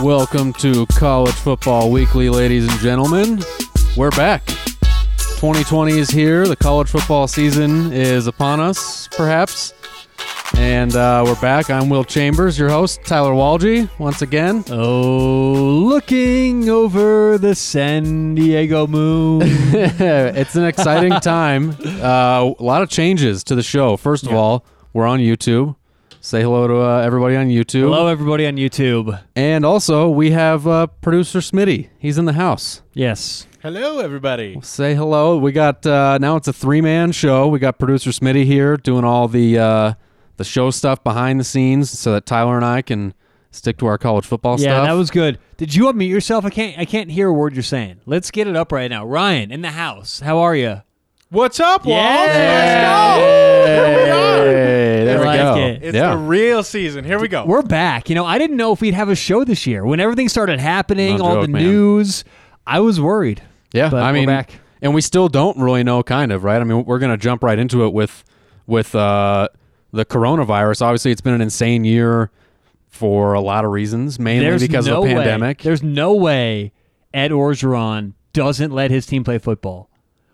Welcome to College Football Weekly, ladies and gentlemen. We're back. 2020 is here. The college football season is upon us, perhaps. And uh, we're back. I'm Will Chambers, your host, Tyler Walgie, once again. Oh, looking over the San Diego moon. it's an exciting time. Uh, a lot of changes to the show. First of all, we're on YouTube. Say hello to uh, everybody on YouTube. Hello, everybody on YouTube. And also, we have uh, producer Smitty. He's in the house. Yes. Hello, everybody. Say hello. We got uh, now it's a three man show. We got producer Smitty here doing all the uh, the show stuff behind the scenes, so that Tyler and I can stick to our college football Yeah, stuff. that was good. Did you unmute yourself? I can't. I can't hear a word you're saying. Let's get it up right now. Ryan in the house. How are you? What's up, Walt? Yeah. Let's go. Hey, Here we are. there I we like go. it. It's yeah. the real season. Here we go. We're back. You know, I didn't know if we'd have a show this year. When everything started happening, No all joke, the man. news, I was worried. yeah. but I we're mean, back. and we still don't really know, kind of, right? I mean, we're gonna jump right into it with with uh, the coronavirus. Obviously, it's been an insane year for a lot of reasons, mainly There's because no of the way- pandemic. There's no way Ed Orgeron doesn't let his team play football.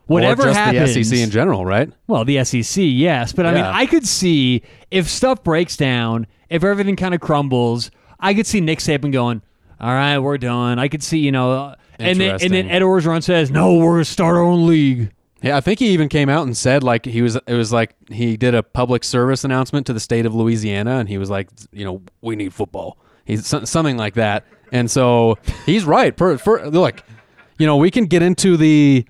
or Whatever just happens, the SEC in general, right? Well, the SEC, yes, but I mean, Yeah. I could see if stuff breaks down, if everything kind of crumbles, I could see Nick Saban going, "All right, we're done." I could see, you know, uh, and then and then Interesting. Ed Orgeron says, "No, we're gonna start our own league." Yeah, I think he even came out and said like he was it was like he did a public service announcement to the state of Louisiana and he was like, you know, we need football. He's so- something like that. And so he's right. Per, per, look, you know, we can get into the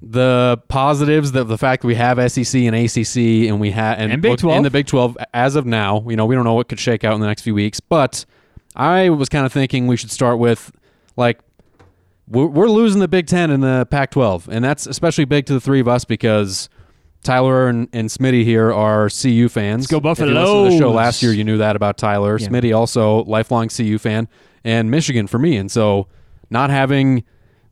the positives of the fact that we have SEC and ACC and we have and, And Big look, 12. the Big 12 as of now. You know, we don't know what could shake out in the next few weeks, but I was kind of thinking we should start with like we're, we're losing the Big Ten and the Pac 12. And that's especially big to the three of us because Tyler and, and Smitty here are CU fans. go If you listened to the show Buffaloes. last year, you knew that about Tyler. Smitty also lifelong CU fan and Michigan for me. And so not having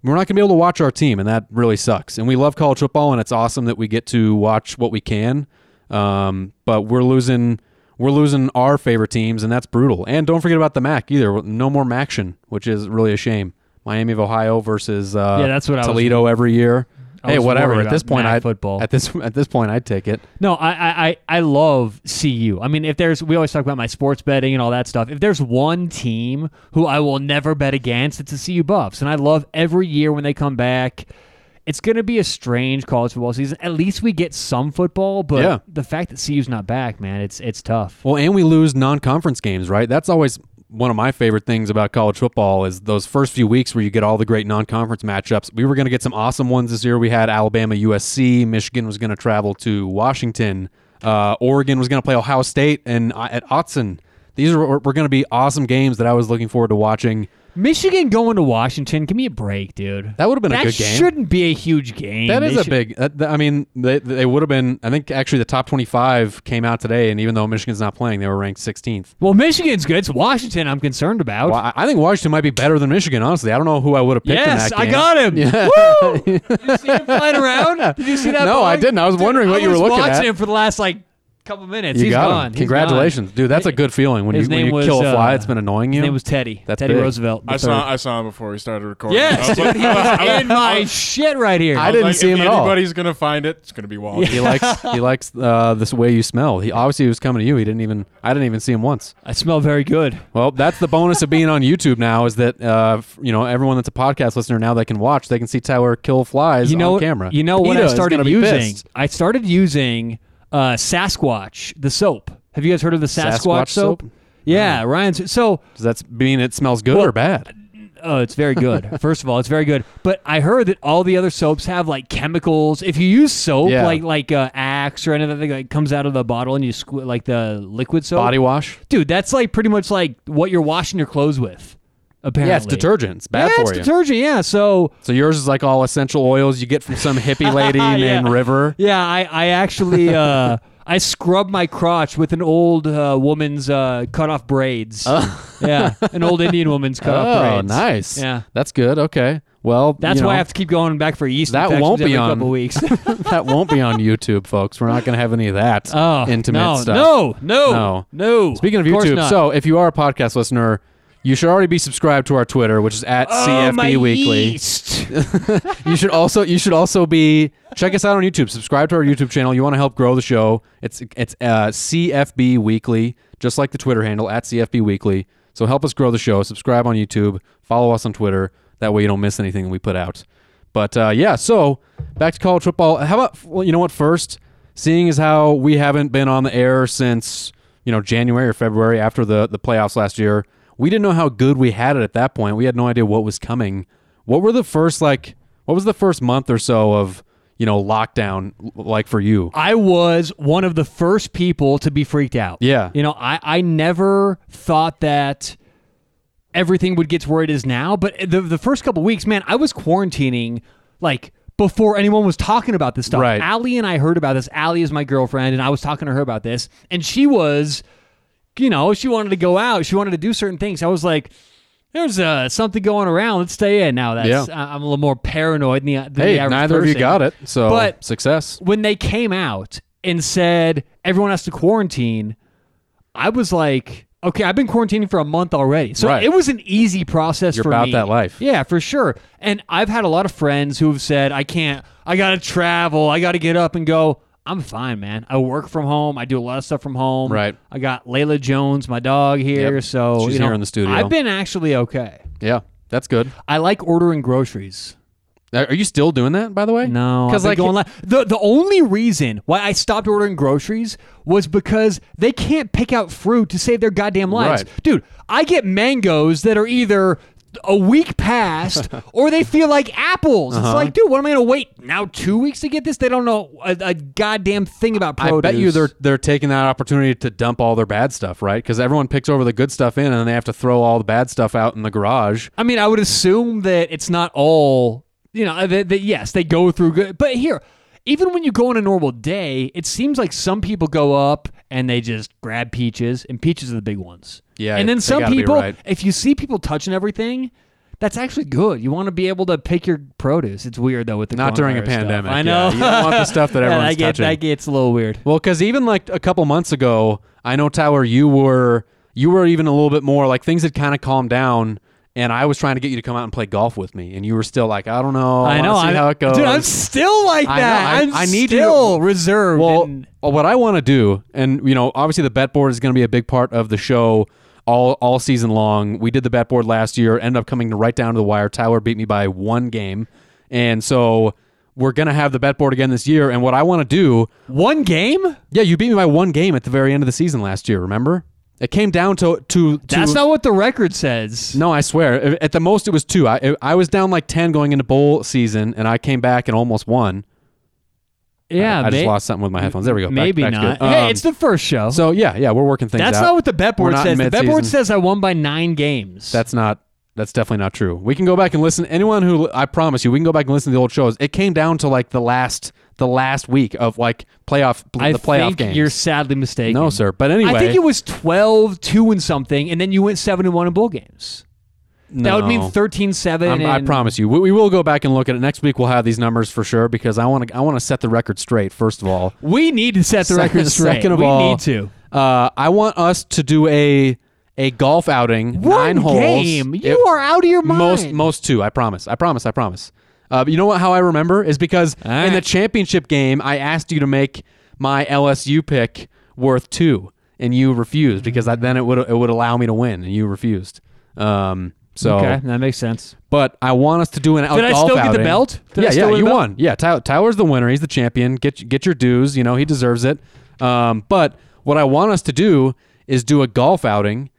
we're not going to be able to watch our team and that really sucks. And we love college football and it's awesome that we get to watch what we can. Um, but we're losing we're losing our favorite teams and that's brutal. And don't forget about the MAC either. No more MACtion, which is really a shame. Miami of Ohio versus uh, Yeah, that's what I was- Toledo every year. I hey, was whatever. worried At this about point, MAC I football. At this at this point, I'd take it. No, I, I, I, I love CU. I mean, if there's, we always talk about my sports betting and all that stuff. If there's one team who I will never bet against, it's the CU Buffs. And I love every year when they come back. It's going to be a strange college football season. At least we get some football, but Yeah. the fact that CU's not back, man, it's it's tough. Well, and we lose non-conference games, right? That's always one of my favorite things about college football is those first few weeks where you get all the great non-conference matchups. We were going to get some awesome ones this year. We had Alabama, USC, Michigan was going to travel to Washington, uh, Oregon was going to play Ohio State, and uh, at Otson. These are were going to be awesome games that I was looking forward to watching. Michigan going to Washington. Give me a break, dude. That would have been That a good game. shouldn't be a huge game. That They is should- a big. That, that- I mean, they, they would have been. I think actually the top twenty-five came out today, and even though Michigan's not playing, they were ranked sixteenth. Well, Michigan's good. It's Washington I'm concerned about. Well, I- I think Washington might be better than Michigan. Honestly, I don't know who I would have picked. Yes, in that I game. got him. Woo! Did you see him flying around? Did you see that? No, bug? I didn't. I was Dude, wondering what you were was looking at. watching him for the last like couple minutes. You He's got gone. him. He's Congratulations, gone. dude. That's a good feeling when His you when name you was, kill a fly. uh, it's been annoying you. His name was Teddy. That's Teddy big. Roosevelt. the I third. saw I saw him before we started recording. I Yes, was dude. like- He was in I my was shit right here. I didn't like, see him if at all. Anybody's gonna find it. It's gonna be Walt. he likes he likes uh, this way you smell. He obviously he was coming to you. He didn't even I didn't even see him once. I smell very good. Well, that's the bonus of being on YouTube now is that uh, f- you know everyone that's a podcast listener now they can watch. They can see Tyler kill flies You know, on camera. You know what PETA I is started gonna be using? pissed. I started using uh, Sasquatch, the soap. Have you guys heard of the Sasquatch, Sasquatch soap? Yeah, Ryan's. So Does that mean it smells good or bad? Oh, it's very good. First of all, it's very good. But I heard that all the other soaps have like chemicals. If you use soap, Yeah. like like uh, Axe or anything that comes out of the bottle, and you squ- like the liquid soap, Body wash. dude, that's like pretty much like what you're washing your clothes with. Apparently, Yeah, it's detergent. It's bad Yeah, for it's you. detergent. Yeah, so So yours is like all essential oils you get from some hippie lady named River. yeah, I I actually uh, I scrubbed my crotch with an old uh, woman's uh, cut off braids. Yeah, an old Indian woman's cut off Uh. Oh, braids. nice. Yeah. that's good. Okay. Well, That's you why I know, have to keep going back for yeast That infections won't be every on- couple weeks. that won't be on YouTube, folks. We're not going to have any of that Oh, intimate no, stuff. No, no, No. no. Speaking of course YouTube, not. so if you are a podcast listener, You should already be subscribed to our Twitter, which is at Oh, CFB Weekly. You should also you should also be check us out on YouTube. Subscribe to our YouTube channel. You want to help grow the show. It's it's uh, CFB Weekly, just like the Twitter handle at CFB Weekly. So help us grow the show. Subscribe on YouTube. Follow us on Twitter. That way you don't miss anything we put out. But uh, yeah, so back to college football. How about well, you know what? First, seeing as how we haven't been on the air since you know January or February after the the playoffs last year, we didn't know how good we had it at that point. We had no idea what was coming. What were the first like? What was the first month or so of you know lockdown l- like for you? I was one of the first people to be freaked out. Yeah. You know, I, I never thought that everything would get to where it is now, but the, the first couple weeks, man, I was quarantining like before anyone was talking about this stuff. Right. Allie and I heard about this. Allie is my girlfriend, and I was talking to her about this, and she was, you know, she wanted to go out, she wanted to do certain things. I was like, there's uh, something going around. Let's stay in. Now that's Yeah. I- I'm a little more paranoid than the, than Hey, the average neither of you person. got it, so But- success. when they came out and said everyone has to quarantine, I was like, okay, I've been quarantining for a month already. So Right. it was an easy process You're for about me. that life. Yeah, for sure. And I've had a lot of friends who have said, I can't, I got to travel, I got to get up and go. I'm fine, man. I work from home. I do a lot of stuff from home. Right. I got Layla Jones, my dog, here. Yep. So She's you know, here in the studio. I've been actually okay. Yeah, that's good. I like ordering groceries. Are are you still doing that, by the way? No, because like because like going li- the the only reason why I stopped ordering groceries was because they can't pick out fruit to save their goddamn lives, Right. dude. I get mangoes that are either a week past or they feel like apples. Uh-huh. It's like, dude, what am I gonna wait now two weeks to get this? They don't know a, a goddamn thing about I produce. bet you they're they're taking that opportunity to dump all their bad stuff, right? Because everyone picks over the good stuff in, and then they have to throw all the bad stuff out in the garage. I mean, I would assume that it's not all, you know, that, that yes, they go through good. But here, even when you go on a normal day, it seems like some people go up and they just grab peaches, and peaches are the big ones. Yeah, And they then some gotta be people, right. if you see people touching everything, that's actually good. You want to be able to pick your produce. It's weird though with the Not during a coronavirus stuff. pandemic, I yeah. know. You don't want the stuff that Yeah, everyone's that get- touching. That gets a little weird. Well, because even like a couple months ago, I know Tyler, you were you were even a little bit more like things had kind of calmed down, and I was trying to get you to come out and play golf with me, and you were still like, I don't know, Oh, I, I know. wanna See I'm- how it goes, Dude, I'm still like I know, that. I- am I need you to- still reserved. Well, uh, and- what I want to do, and you know, obviously the bet board is going to be a big part of the show all all season long. We did the bet board last year, ended up coming right down to the wire. Tyler beat me by one game, and so we're going to have the bet board again this year. And what I want to do, one game? yeah, you beat me by one game at the very end of the season last year. Remember, it came down to to, to That's not what the record says. No, I swear. At the most, it was two. I I was down like ten going into bowl season, and I came back and almost won. Yeah, I, just may- lost something with my headphones. There we go. Back- maybe back to not. good. hey, Um, it's the first show. So yeah, yeah, we're working things that's out. not what the bet We're board not says. The bet board mid-season. says I won by nine games. That's not. That's definitely not true. We can go back and listen. Anyone who I promise you, we can go back and listen to the old shows. It came down to like the last, the last week of like playoff, I the playoff think games. you're sadly mistaken. no, sir. But anyway, I think it was 12, 2 and something, and then you went 7 and 1 in bowl games. That would mean No. 13, 7. I'm- I and- promise you, we, we will go back and look at it next week. We'll have these numbers for sure because I want to. I want to set the record straight. First of all, We need to set the record straight. Second of we all, need to. Uh, I want us to do a a golf outing, nine One holes. game. You It- are out of your mind. most most two. I promise. I promise. I promise. Uh, but you know what? How I remember is because in right. the championship game, I asked you to make my LSU pick worth two, and you refused because I, then it would it would allow me to win, and you refused. Um, so, okay, that makes sense. but I want us to do an. Did I still get the belt? Did I yeah, still yeah, win you the belt? won. Yeah, Tyler, Tyler's the winner. He's the champion. Get get your dues. You know he deserves it. Um, but what I want us to do is do a golf outing,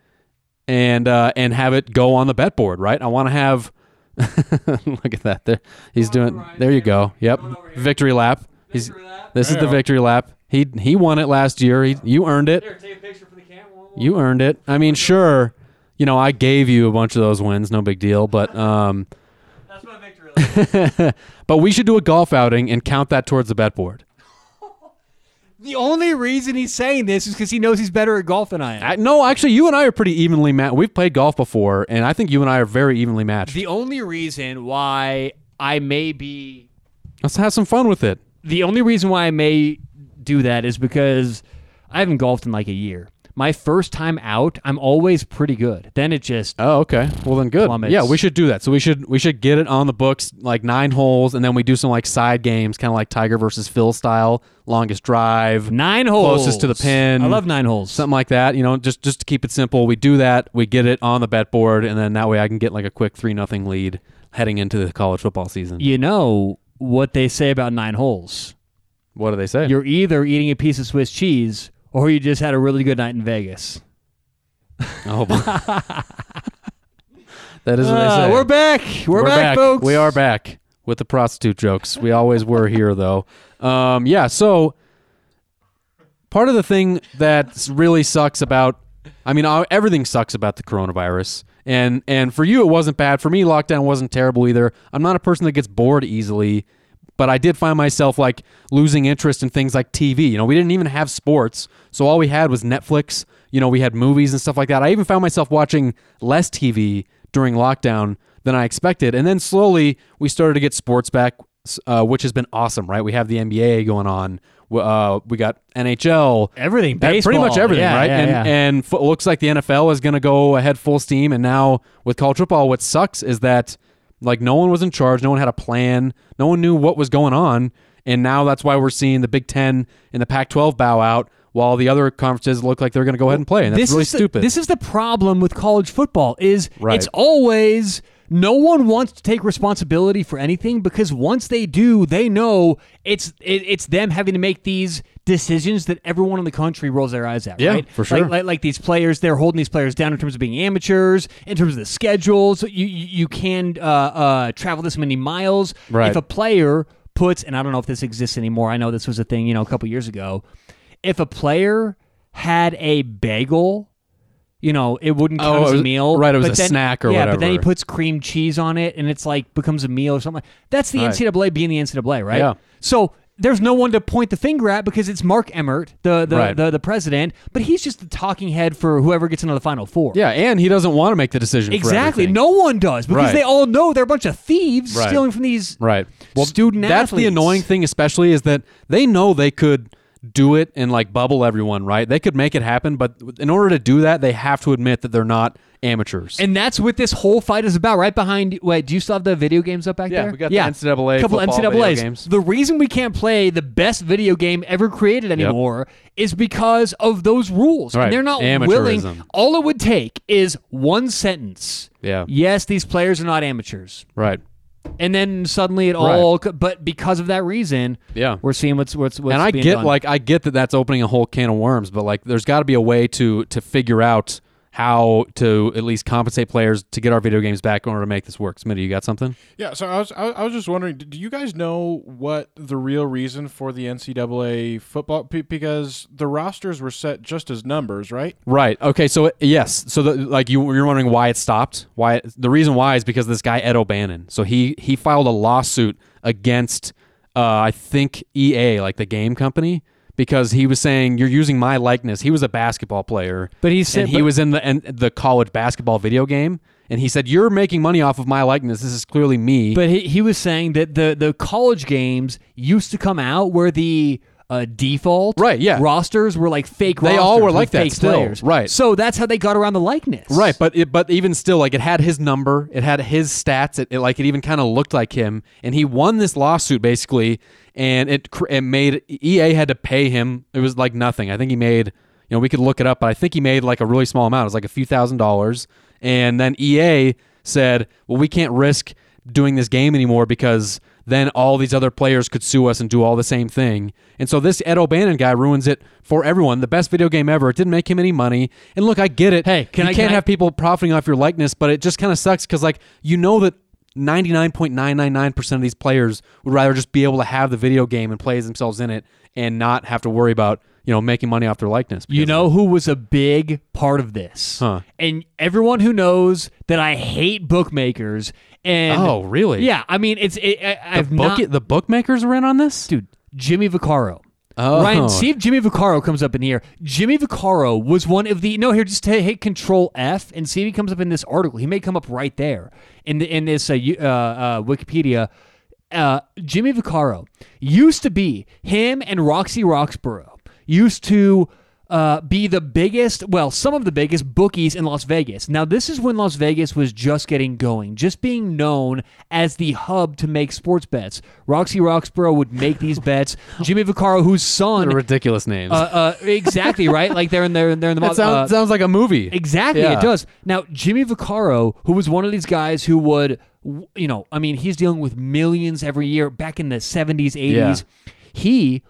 and uh, and have it go on the bet board. Right. I want to have. look at that. There he's doing. there you go. Yep. Victory lap. He's. This is the Yeah. victory lap. He he won it last year. He you earned it. Take a picture for the camera. You earned it. I mean, sure. You know, I gave you a bunch of those wins. No big deal. But um. That's my victory. But we should do a golf outing and count that towards the bet board. The only reason he's saying this is because he knows he's better at golf than I am. I, no, actually, you and I are pretty evenly matched. We've played golf before, and I think you and I are very evenly matched. the only reason why I may be Let's have some fun with it. the only reason why I may do that is because I haven't golfed in like a year. my first time out, I'm always pretty good. Then it just Oh, okay. Well, then good. Plummets. Yeah, we should do that. So we should we should get it on the books like nine holes, and then we do some like side games, kind of like Tiger versus Phil style, longest drive, nine holes closest to the pin. I love nine holes. something like that. You know, just just to keep it simple, we do that. We get it on the bet board, and then that way I can get like a quick three nothing lead heading into the college football season. you know what they say about nine holes. What do they say? You're either eating a piece of Swiss cheese or you just had a really good night in Vegas. oh, boy. that is what they Ah, say. we're back. We're, back, folks. We are back with the prostitute jokes. We always were here, though. Um, yeah, so part of the thing that really sucks about, I mean, uh, everything sucks about the coronavirus. And and for you, it wasn't bad. For me, lockdown wasn't terrible either. I'm not a person that gets bored easily, but I did find myself like losing interest in things like TV. You know, we didn't even have sports, so all we had was Netflix. You know, we had movies and stuff like that. I even found myself watching less TV during lockdown than I expected. And then slowly we started to get sports back, uh, which has been awesome, right? We have the NBA going on. W- Uh, we got NHL. Everything, That- baseball. Pretty much everything, Yeah, right? yeah, and yeah. and fo- looks like the NFL is going to go ahead full steam. And now with college football, what sucks is that like no one was in charge, no one had a plan, no one knew what was going on, and now that's why we're seeing the Big Ten and the Pac-12 bow out, while the other conferences look like they're going to go ahead and play, and that's really is the- stupid. this is the problem with college football is Right. it's always no one wants to take responsibility for anything because once they do, they know it's it, it's them having to make these decisions that everyone in the country rolls their eyes at. Yeah, right? for sure. Like, like, like these players, they're holding these players down in terms of being amateurs, in terms of the schedules. You you, you can uh, uh, travel this many miles. Right. If a player puts, and I don't know if this exists anymore. I know this was a thing, you know, a couple years ago. If a player had a bagel, you know, it wouldn't count Oh, it as was- a meal. right, it was a but then- snack or yeah, but then he whatever. puts cream cheese on it, and it's like becomes a meal or something. That's the Right. NCAA being the NCAA, right? Yeah. So. There's no one to point the finger at because it's Mark Emmert, the the, Right. uh, the the president, but he's just the talking head for whoever gets into the final four. yeah, and he doesn't want to make the decision. for exactly. everything. No one does because Right. they all know they're a bunch of thieves Right. stealing from these Right. student That's athletes. the annoying thing, especially, is that they know they could do it and like bubble everyone, right? They could make it happen, but in order to do that, they have to admit that they're not amateurs. And that's what this whole fight is about. Right behind. Wait, do you still have the video games up back Yeah, there? we got the NCAA couple football NCAA's. video games. The reason we can't play the best video game ever created anymore is because of those rules. Right. And they're not willing. Amateurism. All it would take is one sentence. Yeah. Yes, these players are not amateurs. right. And then suddenly it Right. all. co- But because of that reason, Yeah. we're seeing what's what's what's. and I being get done. like I get that that's opening a whole can of worms, but like there's got to be a way to to figure out how to at least compensate players to get our video games back in order to make this work. Smitty, you got something? Yeah, so I was I, I was just wondering, do you guys know what the real reason for the NCAA football be- because the rosters were set just as numbers, right? Right. Okay. So it- yes. So the, like you you're wondering why it stopped. Why it- the reason why is because this guy Ed O'Bannon. So he he filed a lawsuit against uh, I think EA like the game company because he was saying you're using my likeness. He was a basketball player, But he said- and he but- was in the and the college basketball video game, and he said you're making money off of my likeness. This is clearly me. But he, he was saying that the, the college games used to come out where the uh, default Right, yeah. rosters were like fake They rosters. all were with like that fake still, players. right. So that's how they got around the likeness. Right, but it, but even still, like it had his number, it had his stats, it, it like it even kind of looked like him, and he won this lawsuit basically, and it cr- it made EA had to pay him. It was like nothing. I think he made you know we could look it up, but I think he made like a really small amount. It was like a few thousand dollars, and then EA said, well, we can't risk doing this game anymore because then all these other players could sue us and do all the same thing. And so this Ed O'Bannon guy ruins it for everyone. The best video game ever. It didn't make him any money. And look, I get it. Hey, can you I- can't can I- have people profiting off your likeness, but it just kind of sucks because like you know that. 99.999% of these players would rather just be able to have the video game and play as themselves in it and not have to worry about, you know, making money off their likeness. You know who was a big part of this? Huh. And everyone who knows that I hate bookmakers and Oh, really? Yeah, I mean it's it, I, the, I've book, not the bookmakers were in on this? dude, Jimmy Vaccaro. Oh. Ryan, see if Jimmy Vaccaro comes up in here. Jimmy Vaccaro was one of the no here. Just hit, hit Control F and see if he comes up in this article. He may come up right there in the, in this uh, you- uh, uh, Wikipedia. Uh, Jimmy Vaccaro used to be him and Roxy Roxborough used to uh, be the biggest, well, some of the biggest bookies in Las Vegas. Now, this is when Las Vegas was just getting going, just being known as the hub to make sports bets. Roxy Roxborough would make these bets. Jimmy Vaccaro, whose son, They're ridiculous names. uh, uh, exactly right, like they're in there, they're in the mob- that sounds, uh, sounds like a movie. Exactly, Yeah. it does. Now, Jimmy Vaccaro, who was one of these guys who would, w- you know, I mean, he's dealing with millions every year back in the 70s, 80s. He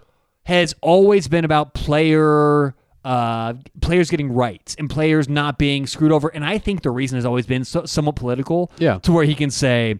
has always been about player. Uh, players getting rights and players not being screwed over, and I think the reason has always been so, somewhat political. Yeah. to where he can say,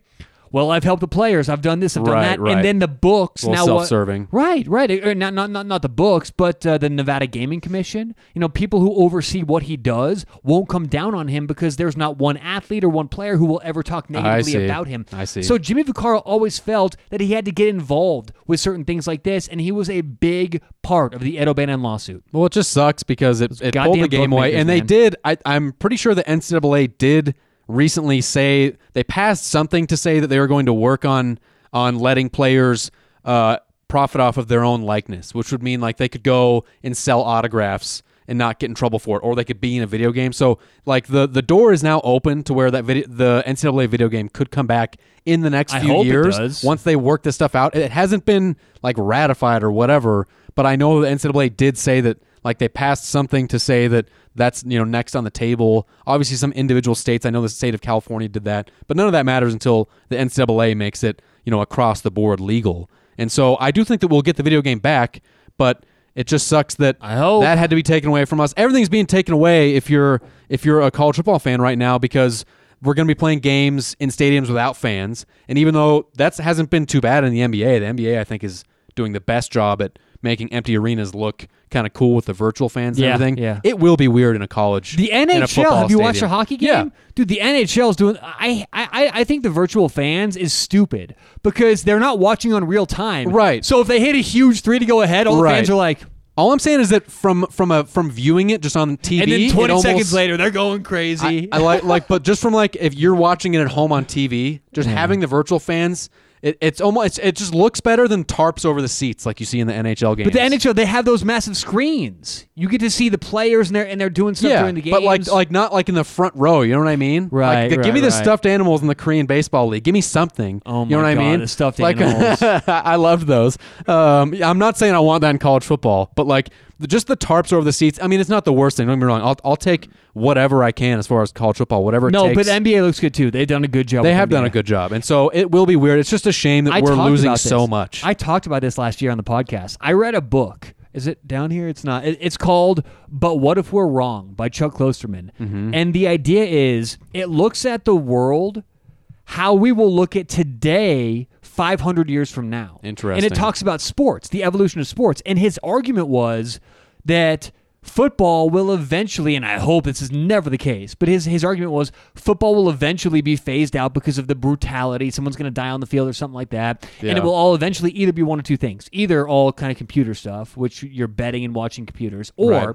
"Well, I've helped the players, I've done this, I've done Right, that," right. and then the books little now what- self-serving. Right, right. Or not, not, not, not the books, but uh, the Nevada Gaming Commission. You know, people who oversee what he does won't come down on him because there's not one athlete or one player who will ever talk see. negatively about him. I see. So Jimmy Vaccaro always felt that he had to get involved with certain things like this, and he was a big part of the Ed O'Bannon lawsuit. Well, it just sucks because it, it pulled the goddamn game away, bookmakers, and they man. did. I, I'm pretty sure the NCAA did recently say they passed something to say that they were going to work on on letting players uh, profit off of their own likeness, which would mean like they could go and sell autographs and not get in trouble for it, or they could be in a video game. So like the the door is now open to where that video, the NCAA video game could come back in the next I few hope it years does. once they work this stuff out. It hasn't been like ratified or whatever, but I know the NCAA did say that like they passed something to say that that's you know next on the table. Obviously, some individual states. I know the state of California did that, but none of that matters until the NCAA makes it you know across the board legal. And so I do think that we'll get the video game back, but it just sucks that I hope. that had to be taken away from us. Everything's being taken away if you're if you're a college football fan right now because we're going to be playing games in stadiums without fans. And even though that hasn't been too bad in the NBA, the NBA I think is doing the best job at making empty arenas look kind of cool with the virtual fans and Yeah, everything. yeah. It will be weird in a college. The in a NHL. Have you football watched a stadium. hockey game? Yeah. Dude, the NHL's doing. I, I I- I think the virtual fans is stupid because they're not watching on real time. Right. So if they hit a huge three to go ahead, all Right. the fans are like, All I'm saying is that from from a from viewing it just on TV, and then it 20 seconds almost- later, they're going crazy. I like like, but just from like if you're watching it at home on TV, just Mm. having the virtual fans, it, it's almost it's, it just looks better than tarps over the seats like you see in the NHL games. but the NHL, they have those massive screens. You get to see the players and they're and they're doing stuff yeah, during the game. but like like not like in the front row. You know what I mean? Right, Like, the- give right, me the right. stuffed animals in the Korean baseball league. Give me something. Oh you know my what God, I mean? the stuffed like, animals. I loved those. Um, yeah, I'm not saying I want that in college football, but like the- just the tarps over the seats. I mean, it's not the worst thing. Don't get me wrong. I'll I'll take whatever I can as far as college football. Whatever. It no, takes. but the NBA looks good too. They've done a good job. They with have done NBA. a good job, and so it will be weird. It's just a shame that I we're talked losing about this. so much. I talked about this last year on the podcast. I read a book. Is it down here? It's not. It- It's called "But What If We're Wrong" by Chuck Klosterman, Mm-hmm. and the idea is it looks at the world how we will look at today 500 years from now. And Interesting. it talks about sports, the evolution of sports, and his argument was that football will eventually and I hope this is never the case, but his his argument was football will eventually be phased out because of the brutality, someone's going to die on the field or something like that. And Yeah. it will all eventually either be one of two things. Either all kind of computer stuff, which you're betting and watching computers, or Right.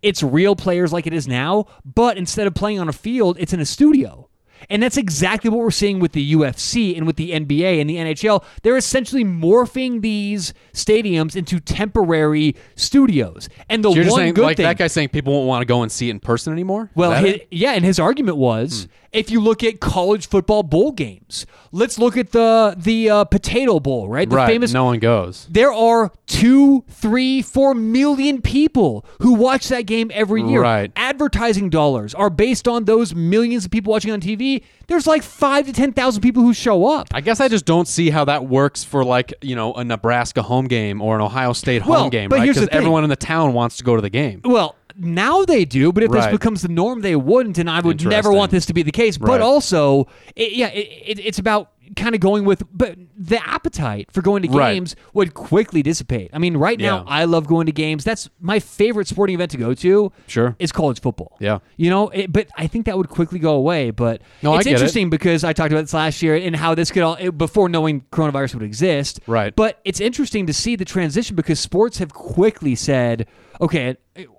it's real players like it is now, but instead of playing on a field, it's in a studio. And that's exactly what we're seeing with the UFC and with the NBA and the NHL. They're essentially morphing these stadiums into temporary studios. And the You're just one saying, good like thing, that guy saying people won't want to go and see it in person anymore. well, Is that hi it? Hmm. yeah, and his argument was if you look at college football bowl games, let's look at the the uh, potato bowl, right? The right, famous no one goes. there are two, three, four million people who watch that game every year. Right. Advertising dollars are based on those millions of people watching on TV. There's like five to ten thousand people who show up. I guess I just don't see how that works for like you know a Nebraska home game or an Ohio State home Well, game, but right? here's the Because thing. everyone in the town wants to go to the game. Well, now they do, but if Right. this becomes the norm, they wouldn't, and I would never Interesting. want this to be the case. Right. But also, it, yeah, it, it, it's about kind of going with, but the appetite for going to Right. games would quickly dissipate. I mean, right Yeah. now, I love going to games. That's my favorite sporting event to go to. Sure. is college football. Yeah. you know, it, but I think that would quickly go away. But No, I it's get it. interesting because I talked about this last year and how this could all it- before knowing coronavirus would exist. Right. But but it's interesting to see the transition because sports have quickly said, okay,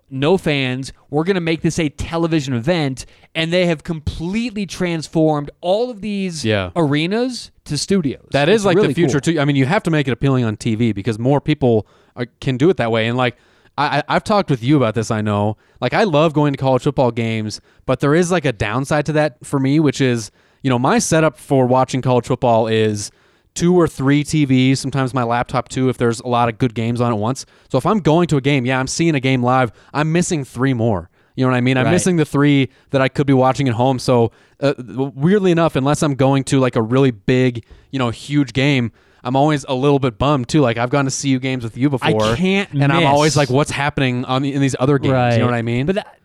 no fans, we're going to make this a television event. And they have completely transformed all of these Yeah. arenas to studios. That is It's like really the future cool. too. I mean, you have to make it appealing on TV because more people are, can do it that way. And like, I, I I've talked with you about this. I know. Like I love going to college football games, but there is like a downside to that for me, which is you know my setup for watching college football is two or three TVs, sometimes my laptop too, if there's a lot of good games on at once. So if I'm going to a game, yeah, I'm seeing a game live, I'm missing three more. You know what I mean? I'm Right. missing the three that I could be watching at home. So uh, weirdly enough, unless I'm going to like a really big, you know, huge game, I'm always a little bit bummed too. Like I've gone to CU games with you before, can't and I'm miss. always like, what's happening on the, in these other games? You know what I mean? But that,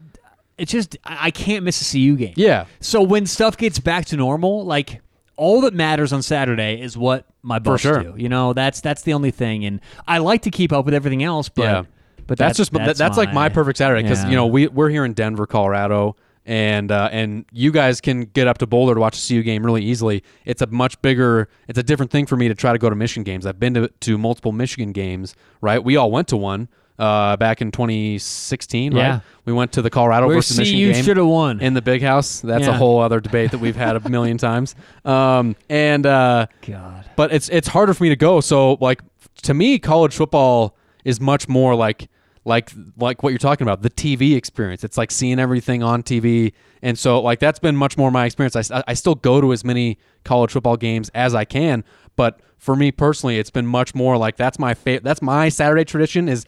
it's just I I can't miss a CU game. yeah, So when stuff gets back to normal, like all that matters on Saturday is what my buffs sure. do. You know, that's that's the only thing, and I like to keep up with everything else. But Yeah. but that's, just that's, that's, that's like my perfect Saturday because Yeah. you know we we're here in Denver, Colorado, and uh, and you guys can get up to Boulder to watch a CU game really easily. It's a much bigger, it's a different thing for me to try to go to Michigan games. I've been to to multiple Michigan games. Right, we all went to one. Uh, back in 2016, Yeah. right? We went to the Colorado Where versus CU Michigan game should have won. in the big house. That's a Yeah. whole other debate that we've had a million times. Um, and uh, God. but it's it's harder for me to go. So like to me, college football is much more like like like what you're talking about the TV experience. It's like seeing everything on TV, and so like that's been much more my experience. I, s- I still go to as many college football games as I can, but for me personally, it's been much more like that's my fa- that's my Saturday tradition is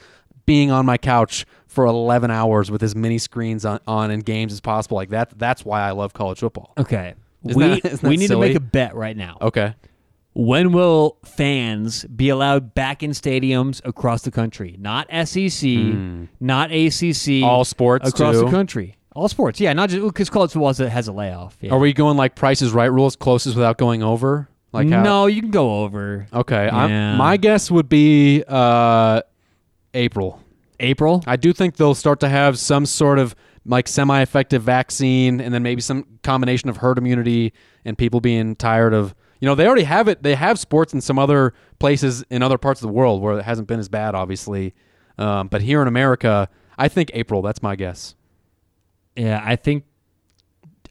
being on my couch for 11 hours with as many screens on, on and games as possible. Like that that's why I love college football. Okay. Isn't we that- isn't that we need silly? to make a bet right now. Okay. When will fans be allowed back in stadiums across the country? Not SEC, not ACC, Hmm. All sports, across too. the country. All sports, yeah, not just because college football has a- has a layoff. Yeah. Are we going like prices right rules closest without going over? Like how, no, you can go over Okay. Yeah. I'm, my guess would be uh, April. April. I do think they'll start to have some sort of like semi effective vaccine and then maybe some combination of herd immunity and people being tired of. You know, they already have it. They have sports in some other places in other parts of the world where it hasn't been as bad, obviously. Um, but here in America, I think April. That's my guess. Yeah, I think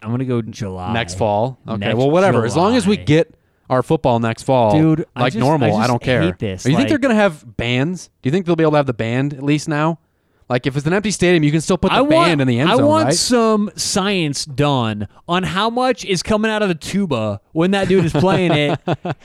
I'm gonna go July Next fall. Okay. Next well, whatever. As long as we July. get our football next fall, Dude, I like just- normal, I I, just don't care. hate this, Do you think like- they're gonna have bands? Do you think they'll be able to have the band at least now? Like if it's an empty stadium, you can still put the I band want in the end I zone, want right? some science done on how much is coming out of the tuba when that dude is playing it.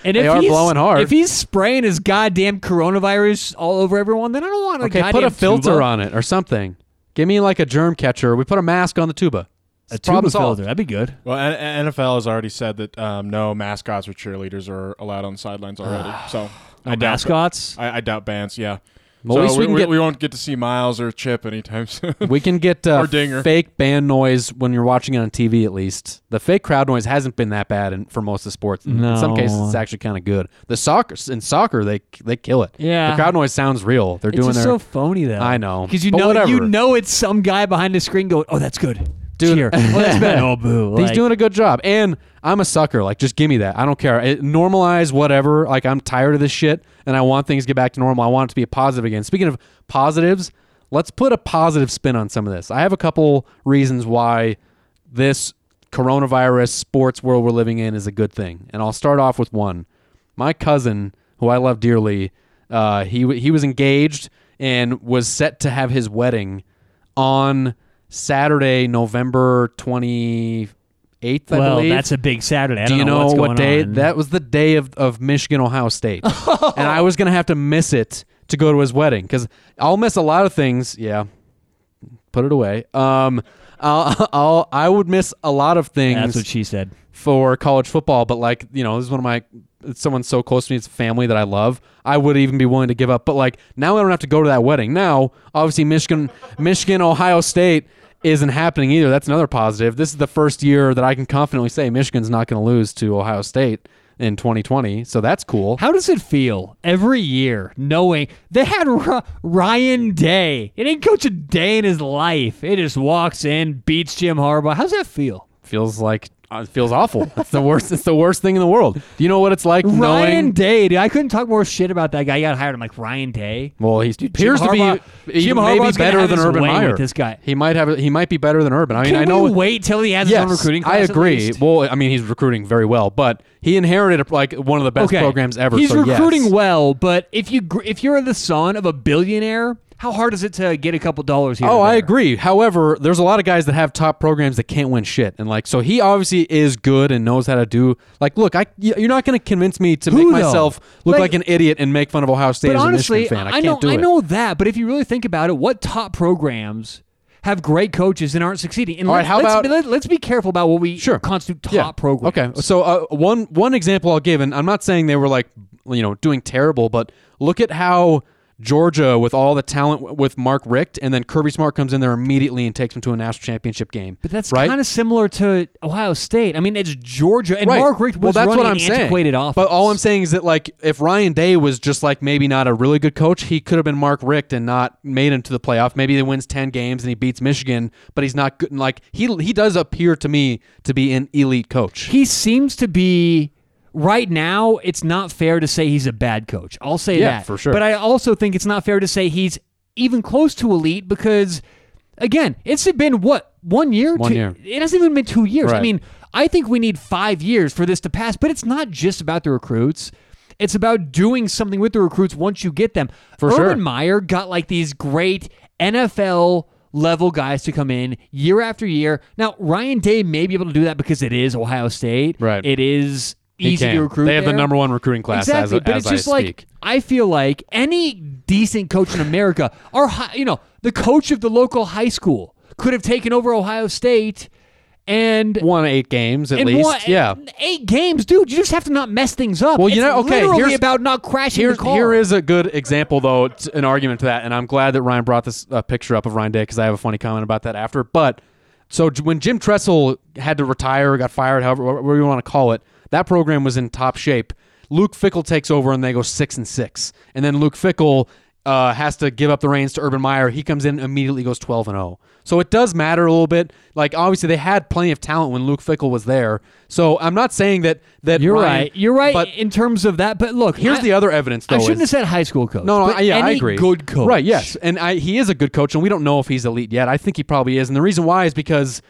And if are he's, blowing hard. if he's spraying his goddamn coronavirus all over everyone, then I don't want a okay, goddamn put a filter tuba. on it or something. Give me like a germ catcher. We put a mask on the tuba. a It's tuba problem solved. filter. That'd be good. Well, N- NFL has already said that um, no mascots or cheerleaders are allowed on sidelines already. so I doubt Mascots. I, I doubt bands. Yeah. Well, so at least we we, can we, get- we won't get to see Miles or Chip anytime soon. We can get uh, Or dinger. fake band noise when you're watching it on TV. At least the fake crowd noise hasn't been that bad in, for most of the sports. In, in some No. cases, it's actually kind of good. The soccer in soccer they they kill it. Yeah. the crowd noise sounds real. They're It's doing just their so phony though. I know. because you But know you whatever. know it's some guy behind the screen going, "Oh, that's good, Dude. Cheer. Oh, that's bad. Oh, boo." He's Like, doing a good job, and I'm a sucker. Like, just give me that. I don't care. It, normalize whatever. Like, I'm tired of this shit, and I want things to get back to normal. I want it to be a positive again. Speaking of positives, let's put a positive spin on some of this. I have a couple reasons why this coronavirus sports world we're living in is a good thing, and I'll start off with one. My cousin, who I love dearly, uh, he w- he was engaged and was set to have his wedding on Saturday, November 28th, I well, believe. that's a big Saturday. I Do don't you know, what's what going day? on. That was the day of, of Michigan, Ohio State. and I was going to have to miss it to go to his wedding because I'll miss a lot of things. Yeah. Put it away. Um, I'll, I'll, I would miss a lot of things That's what she said. for college football, but like, you know, this is one of my it's someone so close to me, it's family that I love. I would even be willing to give up. But like now I don't have to go to that wedding. Now, obviously Michigan Michigan, Ohio State isn't happening either. That's another positive. This is the first year that I can confidently say Michigan's not gonna lose to Ohio State in twenty twenty. So that's cool. How does it feel every year knowing they had R- Ryan Day? He didn't coach a day in his life. He just walks in, beats Jim Harbaugh. How's that feel? Feels like uh, it feels awful. It's the worst it's the worst thing in the world. Do you know what it's like Ryan knowing Day, dude. I couldn't talk more shit about that guy. He got hired. I'm like Ryan Day. well, he Jim appears to Harbaugh- be even Jim maybe Harbaugh's gonna better have than his Urban way with Meyer. this guy. he might have he might be better than Urban. I mean, Can I know we wait till he has his own recruiting class? I at agree. least? Well, I mean, he's recruiting very well, but he inherited like one of the best programs ever. He's so yes. recruiting well, but if you gr- if you're the son of a billionaire how hard is it to get a couple dollars here? Oh, or I there? agree. However, there's a lot of guys that have top programs that can't win shit, and like, so he obviously is good and knows how to do. Like, look, I y- you're not going to convince me to Who, make though? myself look Like- like, an idiot and make fun of Ohio State But as a honestly, Michigan fan. I, I can't know do I it. know that. But if you really think about it, what top programs have great coaches and aren't succeeding? And All let- right, how let's, about- be- let- let's be careful about what we Sure. constitute top Yeah. programs. Okay, so uh, one one example I'll give, and I'm not saying they were like you know doing terrible, but look at how Georgia with all the talent w- with Mark Richt, and then Kirby Smart comes in there immediately and takes them to a national championship game. But that's right. kind of similar to Ohio State. I mean, it's Georgia and Right. Mark Richt was well, that's running what I'm an antiquated saying. offense. But all I'm saying is that like if Ryan Day was just like maybe not a really good coach, he could have been Mark Richt and not made him to the playoff. Maybe he wins ten games and he beats Michigan, but he's not good. And like he he does appear to me to be an elite coach. he seems to be right now it's not fair to say he's a bad coach i'll say Yeah, that for sure. but i also think it's not fair to say he's even close to elite because again it's been what one year One Two- year. it hasn't even been two years i Right. mean i think we need five years for this to pass but it's not just about the recruits it's about doing something with the recruits once you get them For urban sure. meyer got like these great nfl level guys to come in year after year now ryan day may be able to do that because it is ohio state Right. it is He easy to can. recruit. They have there. the number one recruiting class Exactly, as, but as it's just I like speak. I feel like any decent coach in America, or hi- you know, the coach of the local high school could have taken over Ohio State and Won eight games at and least. won- yeah. eight games, dude. You just have to not mess things up. Well, you It's know, okay, literally here's- about not crashing Here's, the car. here is a good example, though, t- an argument to that, and I'm glad that Ryan brought this uh, picture up of Ryan Day because I have a funny comment about that after. But so j- when Jim Tressel had to retire, got fired, however, wh- whatever you want to call it, that program was in top shape. Luke Fickle takes over, and they go six and six, and then Luke Fickle uh, has to give up the reins to Urban Meyer. He comes in immediately goes 12 and 0. So it does matter a little bit. Like obviously they had plenty of talent when Luke Fickle was there. So I'm not saying that that You're Ryan- right. You're right But in terms of that. But look, here's I, the other evidence though. I shouldn't is- have said high school coach. no, no, but I- yeah, I any agree. Good coach, right? Yes, and I, he is a good coach, and we don't know if he's elite yet. I think he probably is, and the reason why is because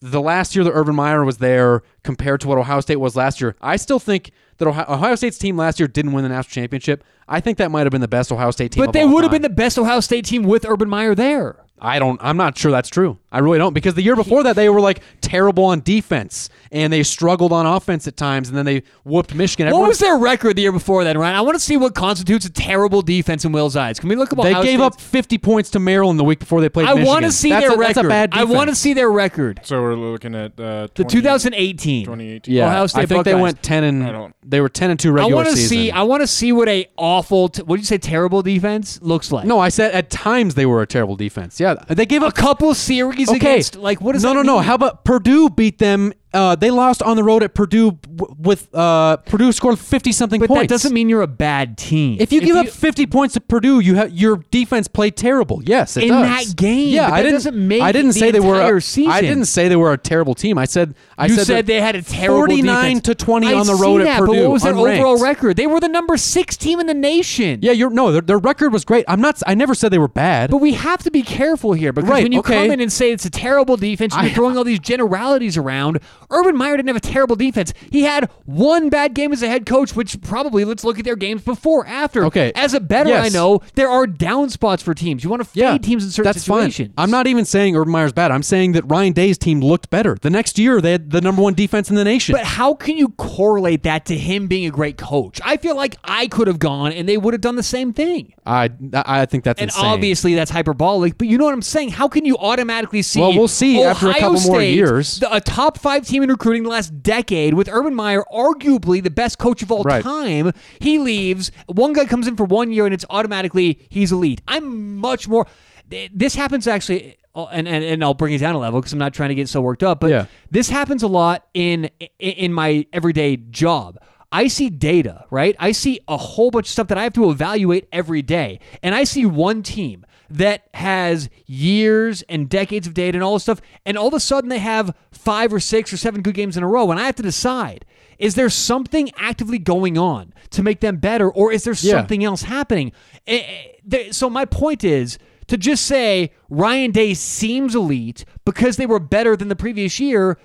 the last year that Urban Meyer was there compared to what Ohio State was last year, I still think that Ohio, Ohio State's team last year didn't win the national championship. I think that might have been the best Ohio State team. But of they all would have time. been the best Ohio State team with Urban Meyer there. I don't. I'm not sure that's true. I really don't because the year before that they were like terrible on defense and they struggled on offense at times, and then they whooped Michigan. What Everyone- was their record the year before that, Ryan? I want to see what constitutes a terrible defense in Will's eyes. Can we look up? they Ohio gave State's- up 50 points to Maryland the week before they played I Michigan. want to see That's their a- record. That's a bad I defense. want to see their record. So we're looking at uh, 20, The 2018. 2018. Yeah, Ohio State I think they Buckeyes. went ten I and don't- they were ten and two I regular want to season. see. I want to see what a awful. T- what did you say? Terrible defense looks like. no, I said at times they were a terrible defense. Yeah, they gave a up. couple series Okay, against. Like what is no, that no, no. mean? How about Purdue beat them? Uh, they lost on the road at Purdue w- with uh, Purdue scored fifty something But points. that doesn't mean you're a bad team. If you give up fifty points to Purdue, you have your defense played terrible. Yes, it In does. that game, Yeah, but I that didn't. doesn't make I didn't the say they were. entire A, I season. didn't say they were a terrible team. I said. I You said, said that they had a terrible forty-nine defense. to twenty I on the see road that, at Purdue. But what was their unranked. overall record? They were the number six team in the nation. Yeah, you're no. Their, their record was great. I'm not. I never said they were bad. But we have to be careful here because Right, when you okay. come in and say it's a terrible defense, and you're throwing all these generalities around. Urban Meyer didn't have a terrible defense. He had one bad game as a head coach, which probably let's look at their games before, after. Okay, As a better, I yes. know there are down spots for teams. You want to fade yeah, teams in certain that's situations. Fine. I'm not even saying Urban Meyer's bad. I'm saying that Ryan Day's team looked better. The next year, they had the number one defense in the nation. But how can you correlate that to him being a great coach? I feel like I could have gone and they would have done the same thing. I I think that's And insane. obviously that's hyperbolic, but you know what I'm saying. How can you automatically see? Well, we'll see Ohio after a couple State, more years. the- a top five team in recruiting the last decade with Urban Meyer, arguably the best coach of all Right. time. He leaves. One guy comes in for one year, and it's automatically he's elite. I'm much more. th- This happens actually, uh, and and, and I'll bring it down a level because I'm not trying to get so worked up. But Yeah. this happens a lot in i- in my everyday job. I see data, right? I see a whole bunch of stuff that I have to evaluate every day. And I see one team that has years and decades of data and all this stuff, and all of a sudden they have five or six or seven good games in a row, and I have to decide is there something actively going on to make them better, or is there Yeah. something else happening? Eh, eh, there- So, my point is to just say Ryan Day seems elite because they were better than the previous year.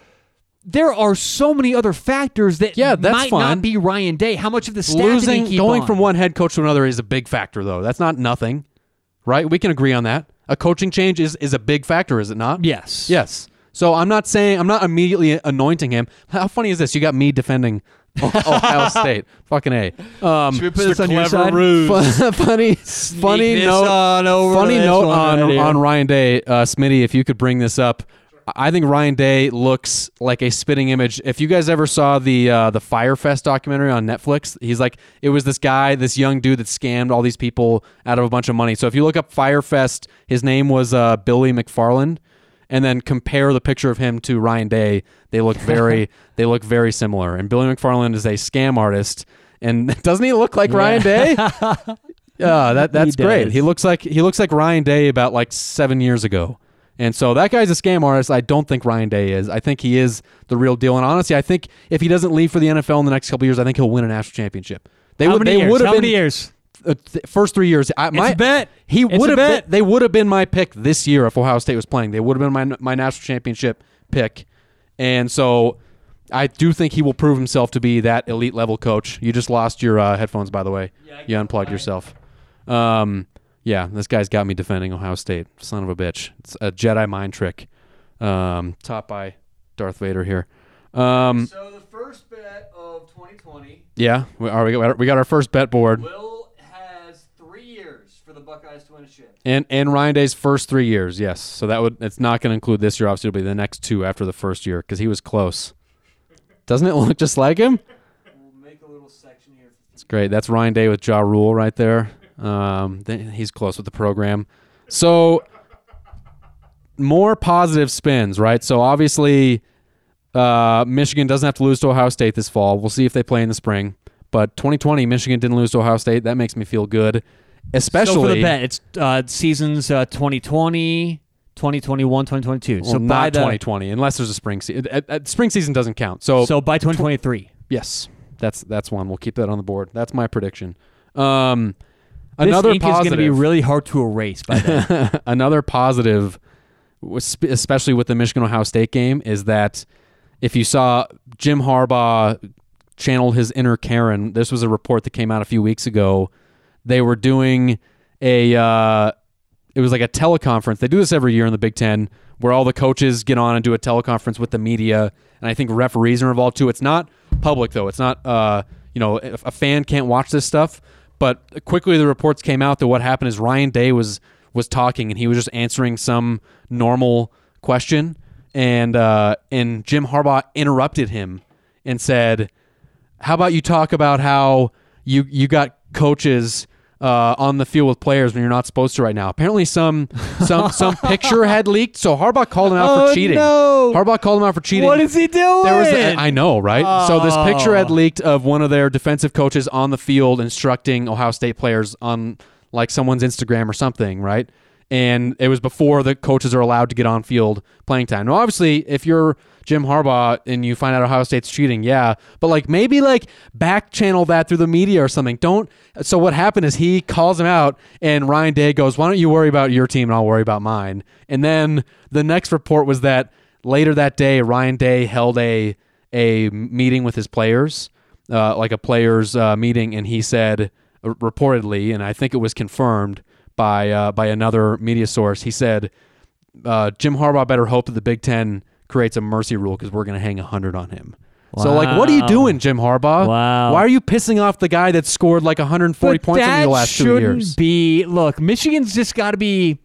There are so many other factors that Yeah, that's might fine. not be Ryan Day. How much of the staff did he Losing, keep going on? from one head coach to another is a big factor, though. That's not nothing. right? We can agree on that. A coaching change is, is a big factor, is it not? Yes. Yes. So I'm not saying I'm not immediately anointing him. How funny is this? You got me defending Ohio State. Fucking a. Um, Should we put this on your clever side? ruse. fu- funny, funny this note. on over funny to this note one on right here. on Ryan Day, uh, Smitty. If you could bring this up, I think Ryan Day looks like a spitting image. If you guys ever saw the uh, the Firefest documentary on Netflix, he's like it was this guy, this young dude that scammed all these people out of a bunch of money. So if you look up Firefest, his name was uh, Billy McFarland. And then compare the picture of him to Ryan Day. They look very, they look very similar. And Billy McFarland is a scam artist. And doesn't he look like Ryan Day? Yeah, that that's great. does. He looks like he looks like Ryan Day about like seven years ago. And so that guy's a scam artist. I don't think Ryan Day is. I think he is the real deal. And honestly, I think if he doesn't leave for the NFL in the next couple years, I think he'll win a national championship. They How would. many They years? would have How been many years? uh, th- first three years. I, my a bet. He It's would a have. bet. Been, they would have been my pick this year if Ohio State was playing. They would have been my my national championship pick. And so, I do think he will prove himself to be that elite level coach. You just lost your uh, headphones, by the way. you unplugged yourself. Um, yeah, this guy's got me defending Ohio State. Son of a bitch. It's a Jedi mind trick. Um, top by Darth Vader here. Um, So the first bet of 2020, yeah, we, are, we, got, we got our first bet board. Will has three years for the Buckeyes to win a chip. And and Ryan Day's first three years, yes. So that would it's not going to include this year. Obviously, it'll be the next two after the first year because he was close. Doesn't it look just like him? We'll make a little section here. It's great. That's Ryan Day with Ja Rule right there. Um, then he's close with the program. So more positive spins, right? So obviously, uh, Michigan doesn't have to lose to Ohio State this fall. We'll see if they play in the spring. But 2020, Michigan didn't lose to Ohio State. That makes me feel good. Especially so for the bet, it's uh, seasons uh, 2020, 2021, 2022. Well, so by not the, 2020, unless there's a spring season. Spring season doesn't count. So, So by 2023. yes, that's that's one. We'll keep that on the board. That's my prediction. Um, This another ink is positive. going to be really hard to erase by then. another positive, was- especially with the Michigan Ohio State game, is that if you saw Jim Harbaugh channel his inner Karen, this was a report that came out a few weeks ago. They were doing a, uh, it was like a teleconference. They do this every year in the Big Ten where all the coaches get on and do a teleconference with the media. And I think referees are involved too. It's not public though. It's not, uh, you know, if a fan can't watch this stuff. But quickly the reports came out that what happened is Ryan Day was was talking and he was just answering some normal question and uh, and Jim Harbaugh interrupted him and said, "How about you talk about how you you got coaches uh, on the field with players when you're not supposed to right now?" Apparently, some some some picture had leaked, so Harbaugh called him out Oh, for cheating. no. Harbaugh called him out for cheating. what is he doing? There was the, I know, right? So this picture had leaked of one of their defensive coaches on the field instructing Ohio State players on like someone's Instagram or something, right? And it was before the coaches are allowed to get on field playing time. Now, obviously, if you're Jim Harbaugh and you find out Ohio State's cheating, yeah, but like maybe like back channel that through the media or something. Don't. So what happened is he calls him out, and Ryan Day goes, "Why don't you worry about your team and I'll worry about mine?" And then the next report was that later that day, Ryan Day held a a meeting with his players, uh, like a players uh, meeting, and he said uh, reportedly, and I think it was confirmed by uh, by another media source, he said uh, Jim Harbaugh better hope that the Big Ten creates a mercy rule because we're going to hang hundred on him. So like, what are you Wow. doing, Jim Harbaugh? Wow. Why are you pissing off the guy that scored like 140 But points in that the last two shouldn't years? Be look, Michigan's just got to be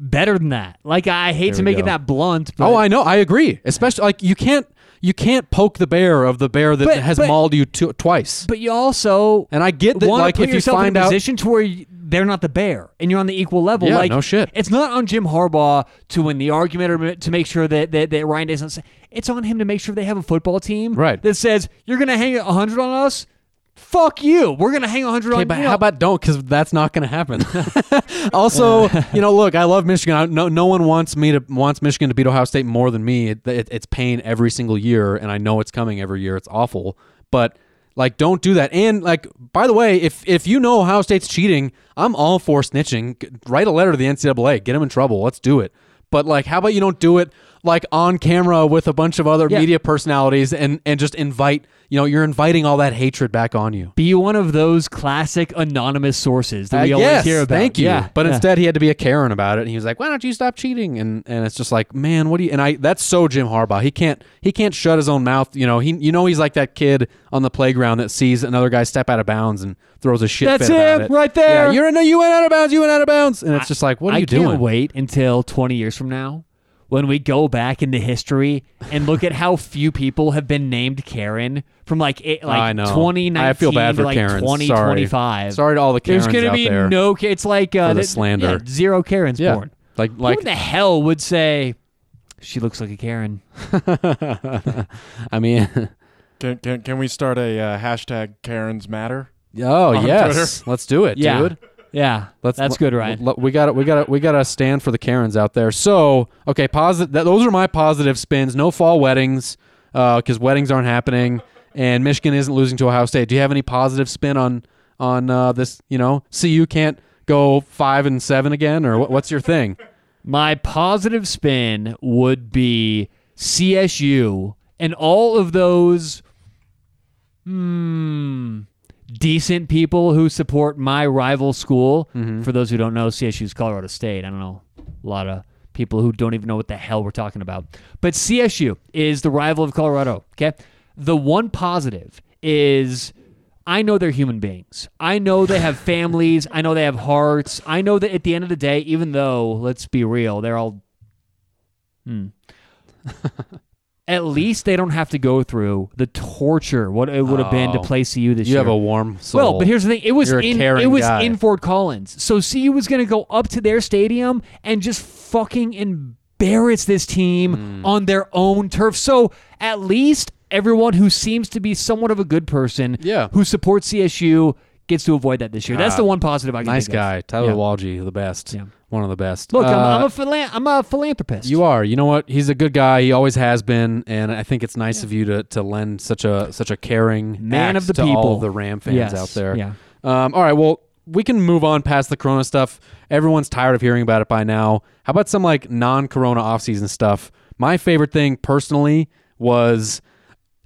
better than that. Like I hate to we make it go. that blunt, but Oh, I know. I agree. Especially like you can't you can't poke the bear of the bear that But- has but- mauled you two twice. but you also And I get that, wanna like, put if you yourself find in a out- position to where you- they're not the bear and you're on the equal level. Yeah, like, no shit. It's not on Jim Harbaugh to win the argument or to make sure that that, that Ryan doesn't. Say, it's on him to make sure they have a football team Right. that says you're going to hang hundred on us. Fuck you. We're going to hang hundred Okay, on but you. how about don't? Because that's not going to happen. also, you know, look, I love Michigan. I, no, no one wants me to wants Michigan to beat Ohio State more than me. It, it, it's pain every single year, and I know it's coming every year. It's awful, but like, don't do that. And like, by the way, if if you know Ohio State's cheating, I'm all for snitching. G- Write a letter to the NCAA. Get them in trouble. Let's do it. But like, how about you don't do it like on camera with a bunch of other Yeah. media personalities and and just invite you know you're inviting all that hatred back on you. Be one of those classic anonymous sources that we Uh, always yes, hear about. Thank you. Yeah, but yeah. instead, he had to be a Karen about it. And he was like, "Why don't you stop cheating?" And and it's just like, man, what do you? And I that's so Jim Harbaugh. He can't he can't shut his own mouth. You know he you know he's like that kid on the playground that sees another guy step out of bounds and throws a shit. That's fit about him, it. right there. Yeah, you're in a you went out of bounds. You went out of bounds. And it's just like, what are I you can't doing? wait until 20 years from now when we go back into history and look at how few people have been named Karen from like eight, like I know. 2019 I feel bad to for like Karens. Sorry. 2025. Sorry to all the Karens There's gonna out be there. no. Ka- It's like uh, the th- slander. yeah, zero Karens yeah, born. like like Who the hell would say she looks like a Karen? I mean, Can, can, can we start a uh, hashtag Karens Matter? oh On yes, let's do it, Yeah. dude. Yeah, Let's, that's let- good, Ryan. let- we got to We got to We got to stand for the Karens out there. So okay, positive. That, those are my positive spins. No fall weddings because weddings aren't happening, and Michigan isn't losing to Ohio State. Do you have any positive spin on on uh, this? You know, CU can't go five and seven again, or what, what's your thing? My positive spin would be CSU and all of those hmm, decent people who support my rival school. Mm-hmm. For those who don't know, CSU is Colorado State. I don't know a lot of people who don't even know what the hell we're talking about. But CSU is the rival of Colorado. Okay. The one positive is I know they're human beings. I know they have families. I know they have hearts. I know that at the end of the day, even though, let's be real, they're all at least they don't have to go through the torture what it would have been to Oh. play CU this You year. have a warm soul. Well, but here's the thing: it was You're a in caring it was guy. in Fort Collins, so CU was going to go up to their stadium and just fucking embarrass this Hmm. team on their own turf. So at least everyone who seems to be somewhat of a good person, Yeah. who supports CSU, gets to avoid that this year. That's Ah, the one positive I can. nice think of. guy, Tyler Yeah. Walgie, the best. Yeah. One of the best. Look, I'm, I'm Uh, a phila- I'm a philanthropist. You are. You know what? He's a good guy. He always has been, and I think it's nice of you to, to lend such a such a caring Man axe of to the all people. of the Ram fans Yes, out there. yeah. Um, all right. Well, we can move on past the Corona stuff. Everyone's tired of hearing about it by now. How about some like non-Corona offseason stuff? My favorite thing personally was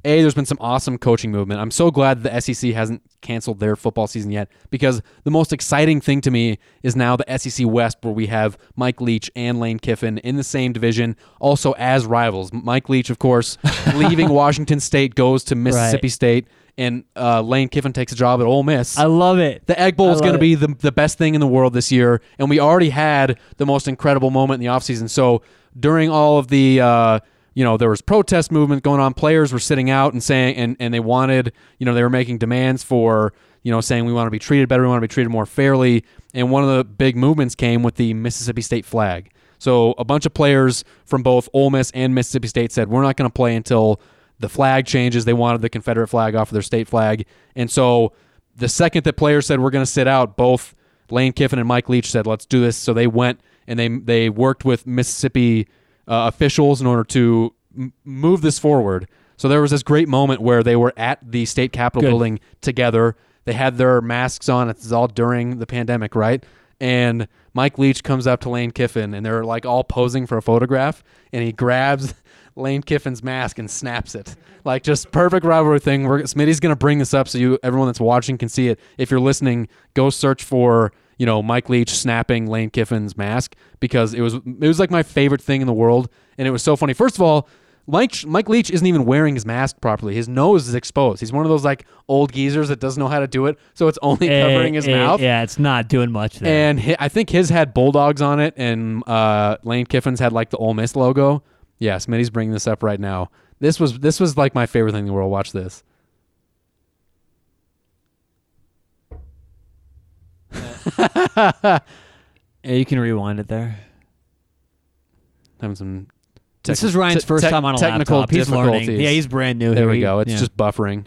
a, there's been some awesome coaching movement. I'm so glad the SEC hasn't canceled their football season yet because the most exciting thing to me is now the SEC West, where we have Mike Leach and Lane Kiffin in the same division, also as rivals. Mike Leach, of course, leaving Washington State, goes to Mississippi State, and uh, Lane Kiffin takes a job at Ole Miss. I love it. The Egg Bowl I is going to love be the, the best thing in the world this year, and we already had the most incredible moment in the offseason. So during all of the, uh, you know, there was protest movement going on. Players were sitting out and saying, and, and they wanted, you know, they were making demands for, you know, saying we want to be treated better, we want to be treated more fairly. And one of the big movements came with the Mississippi State flag. So a bunch of players from both Ole Miss and Mississippi State said we're not going to play until the flag changes. They wanted the Confederate flag off of their state flag, and so the second that players said we're going to sit out, both Lane Kiffin and Mike Leach said let's do this. So they went and they they worked with Mississippi uh, officials in order to m- move this forward. So there was this great moment where they were at the state capitol building together. They had their masks on. It's all during the pandemic, right? And Mike Leach comes up to Lane Kiffin, and they're like all posing for a photograph, and he grabs Lane Kiffin's mask and snaps it. Like just perfect rivalry thing. We're, Smitty's gonna bring this up so you, everyone that's watching, can see it. If you're listening, go search for you know Mike Leach snapping Lane Kiffin's mask because it was it was like my favorite thing in the world, and it was so funny. First of all. Mike Mike Leach isn't even wearing his mask properly. His nose is exposed. He's one of those like old geezers that doesn't know how to do it, so it's only Eh, covering his eh, mouth. Yeah, it's not doing much there. And hi I think his had bulldogs on it, and uh, Lane Kiffin's had like the Ole Miss logo. Yeah, Smitty's bringing this up right now. This was this was like my favorite thing in the world. Watch this. Eh. Yeah, Eh, you can rewind it there. Having some. this is Ryan's te- first tec- time on a technical laptop. He's learning. difficulties. Yeah, he's brand new. There here. we He- go. It's yeah. just buffering.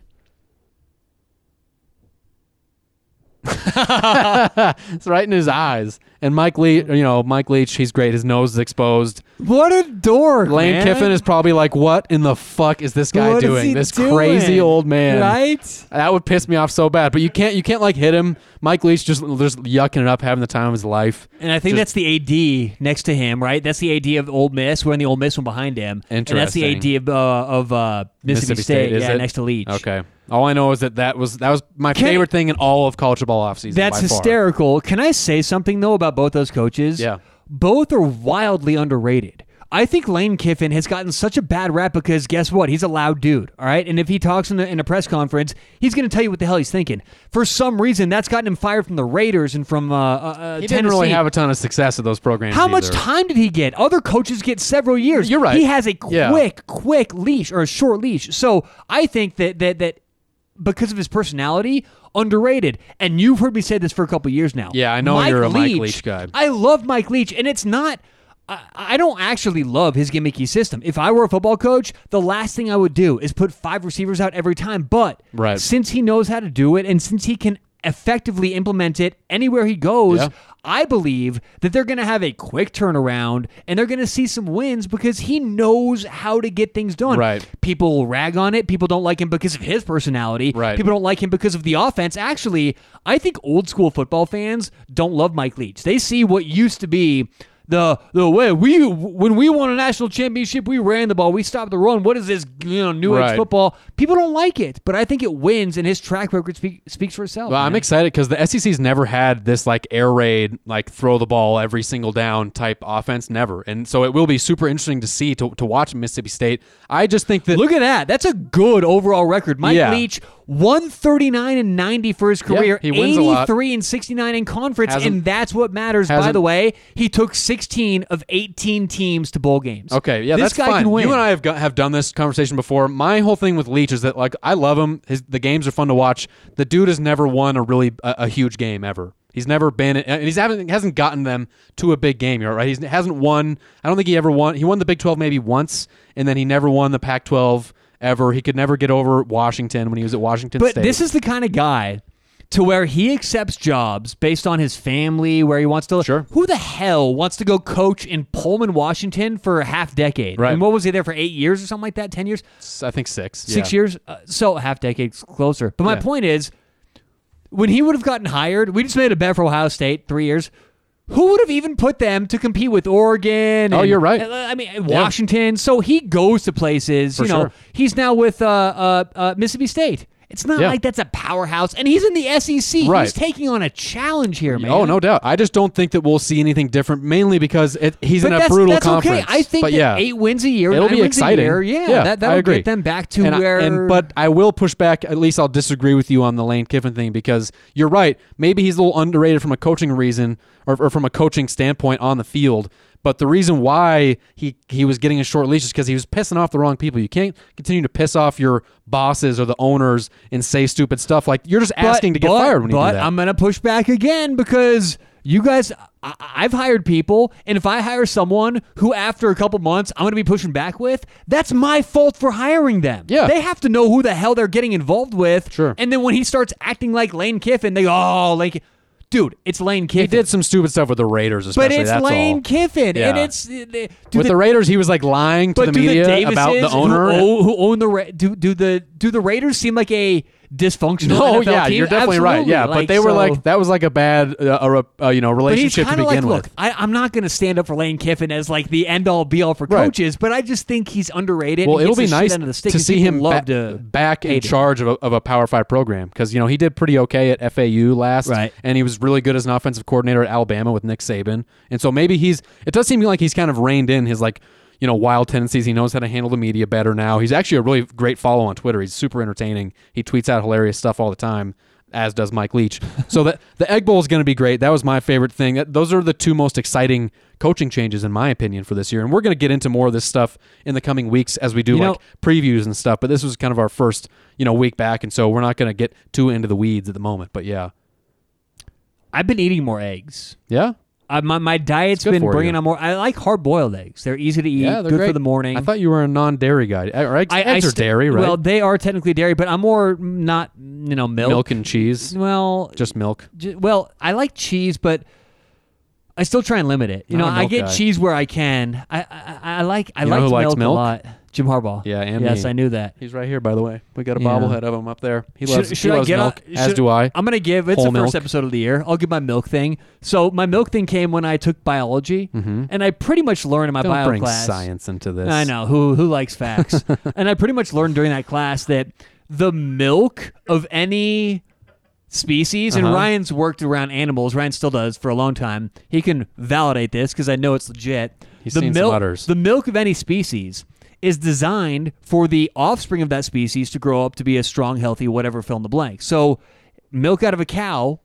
it's right in his eyes. And Mike Leach, you know, Mike Leach, he's great. His nose is exposed. what a dork. Lane man. Kiffin is probably like, "What in the fuck is this guy What is doing? he this doing? crazy old man." right. That would piss me off so bad. But you can't you can't like hit him Mike Leach just just yucking it up, having the time of his life, And I think Just- that's the AD next to him, right? That's the AD of Old Miss. We're in the Old Miss one behind him. And that's the Interesting. AD of, uh, of uh, Mississippi, Mississippi State, State, is yeah, it? next to Leach. Okay. All I know is that that was that was my Can- favorite thing in all of college football offseason. That's by far. hysterical. Can I say something though about both those coaches? Yeah. Both are wildly underrated. I think Lane Kiffin has gotten such a bad rap because guess what? He's a loud dude, all right? And if he talks in, the, in a press conference, he's going to tell you what the hell he's thinking. For some reason, that's gotten him fired from the Raiders and from uh, uh, uh, He didn't really Tennessee. have a ton of success at those programs. How much either. time did he get? Other coaches get several years. You're right. He has a Yeah. quick, quick leash or a short leash. So I think that that that because of his personality, underrated. And you've heard me say this for a couple years now. Yeah, I know you're a Mike Leach guy. I love Mike Leach, and it's not. I- I don't actually love his gimmicky system. If I were a football coach, the last thing I would do is put five receivers out every time. But Right. since he knows how to do it and since he can effectively implement it anywhere he goes, Yeah. I believe that they're going to have a quick turnaround and they're going to see some wins because he knows how to get things done. Right. People will rag on it. People don't like him because of his personality. Right. People don't like him because of the offense. Actually, I think old school football fans don't love Mike Leach. They see what used to be the the way we when we won a national championship, we ran the ball, we stopped the run. What is this you know new Right. age football? People don't like it, but I think it wins, and his track record speak, speaks for itself. Well, I'm man. excited because the SEC's never had this like air raid, like throw the ball every single down type offense, never. And so it will be super interesting to see to, to watch Mississippi State. I just think that Look at that. That's a good overall record. Mike Yeah. Leach, 139 and 90 for his career, he wins a lot. 83 and 69 in conference, Hasn't- and that's what matters. By hasn't- the way, he took 16 of 18 teams to bowl games. Okay, yeah, this that's guy fine. can win. You and I have got, have done this conversation before. My whole thing with Leach is that like I love him. His the games are fun to watch. The dude has never won a really a, a huge game ever. He's never been, and he's haven't hasn't gotten them to a big game. You're right. He hasn't won. I don't think he ever won. He won the Big Twelve maybe once, and then he never won the Pac twelve ever. He could never get over Washington when he was at Washington but State. this is the kind of guy to where he accepts jobs based on his family, where he wants to. Sure. Who the hell wants to go coach in Pullman, Washington for a half decade? Right. And what was he there for? Eight years or something like that? Ten years? I think six. six years. Uh, so half decades closer. But my Yeah. point is, when he would have gotten hired, we just made a bet for Ohio State three years. Who would have even put them to compete with Oregon? Oh, and- you're right. and, uh, I mean, and Washington. So he goes to places. you know, sure. he's now with uh, uh, uh, Mississippi State. It's not Yeah. like that's a powerhouse, and he's in the SEC. Right. He's taking on a challenge here, man. Oh no doubt. I just don't think that we'll see anything different, mainly because it, he's But in a that's, brutal that's conference. okay. I think but that yeah. eight wins a year, It'll nine be wins exciting. A year, yeah, that, that'll I agree. get them back to and I- where. and- but I will push back. At least I'll disagree with you on the Lane Kiffin thing because you're right. Maybe he's a little underrated from a coaching reason or, or from a coaching standpoint on the field. But the reason why he, he was getting a short leash is because he was pissing off the wrong people. You can't continue to piss off your bosses or the owners and say stupid stuff like you're just asking to get but- fired when you but do that. I'm gonna push back again because you guys, I, I've hired people, and if I hire someone who after a couple months I'm gonna be pushing back with, that's my fault for hiring them. Yeah. they have to know who the hell they're getting involved with. Sure. And then when he starts acting like Lane Kiffin, they go, oh, Lane, Ki-" dude, it's Lane Kiffin. he did some stupid stuff with the Raiders, especially. but it's that's Lane all. Kiffin, Yeah. and it's uh, they- do with the- the Raiders, he was like lying to but the do media the Davises about the owner. who, own, who own the Ra- do do the do the Raiders seem like a dysfunctional? No, NFL yeah, team? you're definitely right. Absolutely. Yeah, but they were so- like that was like a bad uh, or a, uh, you know But he's relationship to kind of begin like, with. look, I, I'm not going to stand up for Lane Kiffin as like the end all be all for Right. coaches, but I just think he's underrated. well, and it'll be gets the shit nice out of the stick to and see people him love back, to back in hate it. charge of a, of a Power Five program because you know he did pretty okay at FAU last, Right. and he was really good as an offensive coordinator at Alabama with Nick Saban, and so maybe he's. It does seem like he's kind of reined in his like you know wild tendencies. He knows how to handle the media better now. He's actually a really great follow on Twitter. He's super entertaining. He tweets out hilarious stuff all the time. As does Mike Leach. So that the Egg Bowl is going to be great. That was my favorite thing. That, those are the two most exciting coaching changes, in my opinion, for this year. And we're going to get into more of this stuff in the coming weeks as we do You like know- previews and stuff, but this was kind of our first, you know, week back, and so we're not going to get too into the weeds at the moment. But yeah, I've been eating more eggs. yeah, I, my my diet's good been for bringing you. on more. I like hard boiled eggs. They're easy to eat. yeah, good for the morning. I thought you were a non-dairy E, guy. Or eggs, I, I eggs are st- dairy, right? Well, they are technically dairy, but I'm more not you know milk. milk and cheese, Well, just milk. J- well, I like cheese, but I still try and limit it. You Not know, a I milk get guy. cheese where I can. I I, I like I You know like who likes milk, milk? a lot. Jim Harbaugh. Yeah, and yes, me. I knew that. He's right here, by the way. We got a Yeah. bobblehead of him up there. He Should- loves, he should, I loves get milk, on- as should- do I. I'm gonna give it's Whole the first milk. episode of the year. I'll give my milk thing. So my milk thing came when I took biology, and I pretty much learned in my Mm-hmm. Don't bio bring class. science into this. I know who who likes facts, and I pretty much learned during that class that the milk of any species, and Uh-huh. Ryan's worked around animals. Ryan still does for a long time. He can validate this because I know it's legit. He's the seen some milk, udders. the milk of any species is designed for the offspring of that species to grow up to be a strong, healthy, whatever fill in the blank. So, milk out of a cow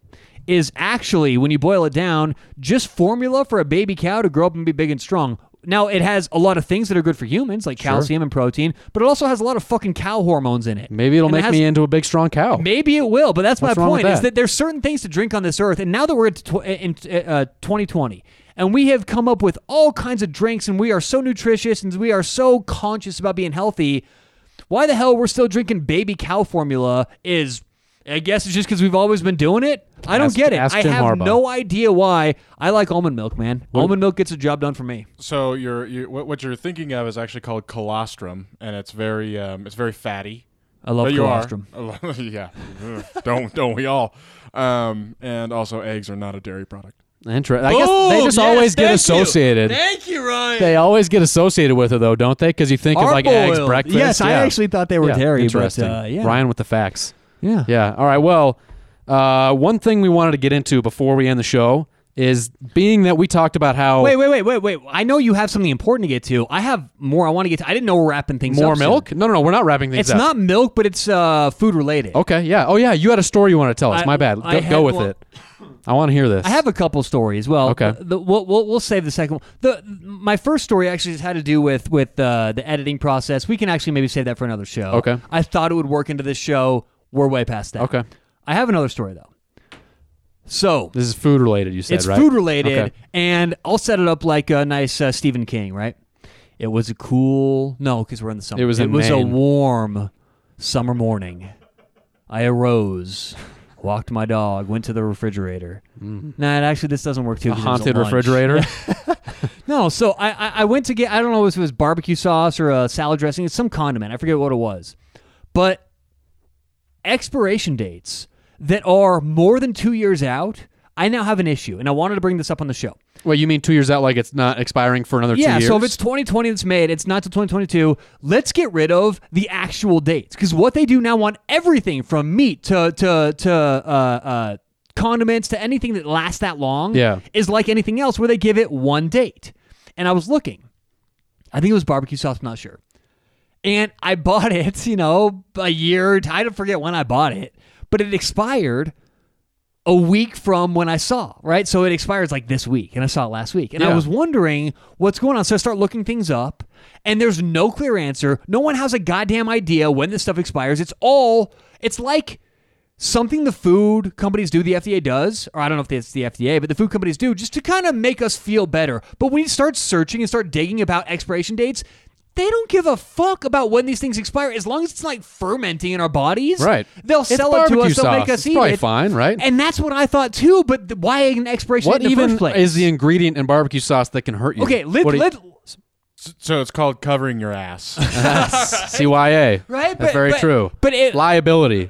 is actually, when you boil it down, just formula for a baby cow to grow up and be big and strong. Now, it has a lot of things that are good for humans, like calcium and protein, but it also has a lot of fucking cow hormones in it. Maybe it'll And it make has- me into a big, strong cow. Maybe it will, but that's What's my wrong with point. Is that? that there's certain things to drink on this earth, and now that we're at tw- in uh, 2020, and we have come up with all kinds of drinks, and we are so nutritious, and we are so conscious about being healthy. Why the hell we're still drinking baby cow formula is, I guess, it's just because we've always been doing it. I don't Ask- get it. ask I Jim have Harbaugh. no idea why. I like almond milk, man. Almond milk gets the job done for me. So you're, you what, what you're thinking of is actually called colostrum, and it's very um, it's very fatty. I love But you colostrum. Are. yeah, Ugh. don't don't we all? Um, and also, eggs are not a dairy product. Inter- I guess they just always get associated. Thank you, Ryan. They always get associated with it, though, don't they? Because you think of like eggs, Parboiled. breakfast. Yes, I yeah. actually thought they were Yeah, dairy, but Interesting. uh, yeah. Ryan with the facts. Yeah. Yeah. All right. Well, uh, one thing we wanted to get into before we end the show is being that we talked about how Wait, wait, wait, wait, wait. I know you have something important to get to. I have more I want to get to. I didn't know we're wrapping things more up soon. milk. No, no, no. We're not wrapping things It's up. not milk, but it's uh, food related. Okay. Yeah. Oh, yeah. You had a story you want to tell us. I- My bad. Go, go I had with one- it. I want to hear this. I have a couple stories. Well, Okay. the- the- we'll, we'll, we'll save the second one. The my first story actually just had to do with with uh, the editing process. We can actually maybe save that for another show. Okay. I thought it would work into this show. We're way past that. Okay. I have another story though. So This is food related. You said it's right? food related, Okay. and I'll set it up like a nice uh, Stephen King, right? It was a cool no, because we're in the summer. It was it in was a Maine. warm summer morning. I arose, walked my dog, went to the refrigerator. Nah, it actually, this doesn't work too. Mm. A 'cause it was haunted lunch. refrigerator. No, so I, I I went to get I don't know if it was barbecue sauce or a salad dressing, it's some condiment. I forget what it was, but expiration dates that are more than two years out. I now have an issue, and I wanted to bring this up on the show. Wait, you mean two years out? Like it's not expiring for another Yeah, two years? so if it's 2020 that's made, it's not till 2022. Let's get rid of the actual dates because what they do now on everything from meat to to to uh, uh, condiments to anything that lasts that long Yeah. is like anything else where they give it one date. And I was looking, I think it was barbecue sauce. I'm not sure. And I bought it, you know, a year. I don't forget when I bought it, but it expired a week from when I saw, right? So it expires like this week, and I saw it last week. And I Yeah. was wondering what's going on. So I start looking things up, and there's no clear answer. No one has a goddamn idea when this stuff expires. It's all, it's like something the food companies do, the FDA does, or I don't know if it's the FDA, but the food companies do just to kind of make us feel better. But when you start searching and start digging about expiration dates, they don't give a fuck about when these things expire as long as it's like fermenting in our bodies. Right. They'll It's sell it to barbecue us. They'll make sauce. us It's eat probably it. fine, right? And that's what I thought too. But th- why an expiration what date in the even first place? is the ingredient in barbecue sauce that can hurt you? okay? Let, What do you- let, S- So it's called covering your ass. CYA. right? That's very but, true. But it, Liability.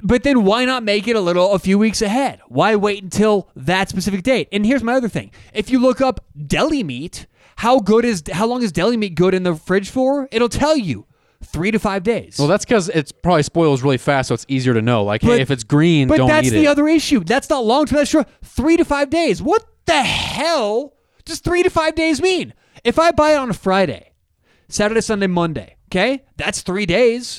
But then why not make it a little a few weeks ahead? Why wait until that specific date? And here's my other thing. If you look up deli meat, how good is how long is deli meat good in the fridge for? It'll tell you. 3 to 5 days. Well, that's because it probably spoils really fast, so it's easier to know. Like, But- hey, if it's green, but don't that's eat the it. other issue. That's not long term. That's short. 3 to 5 days. What the hell does 3 to 5 days mean? If I buy it on a Friday, Saturday, Sunday, Monday, okay? That's 3 days.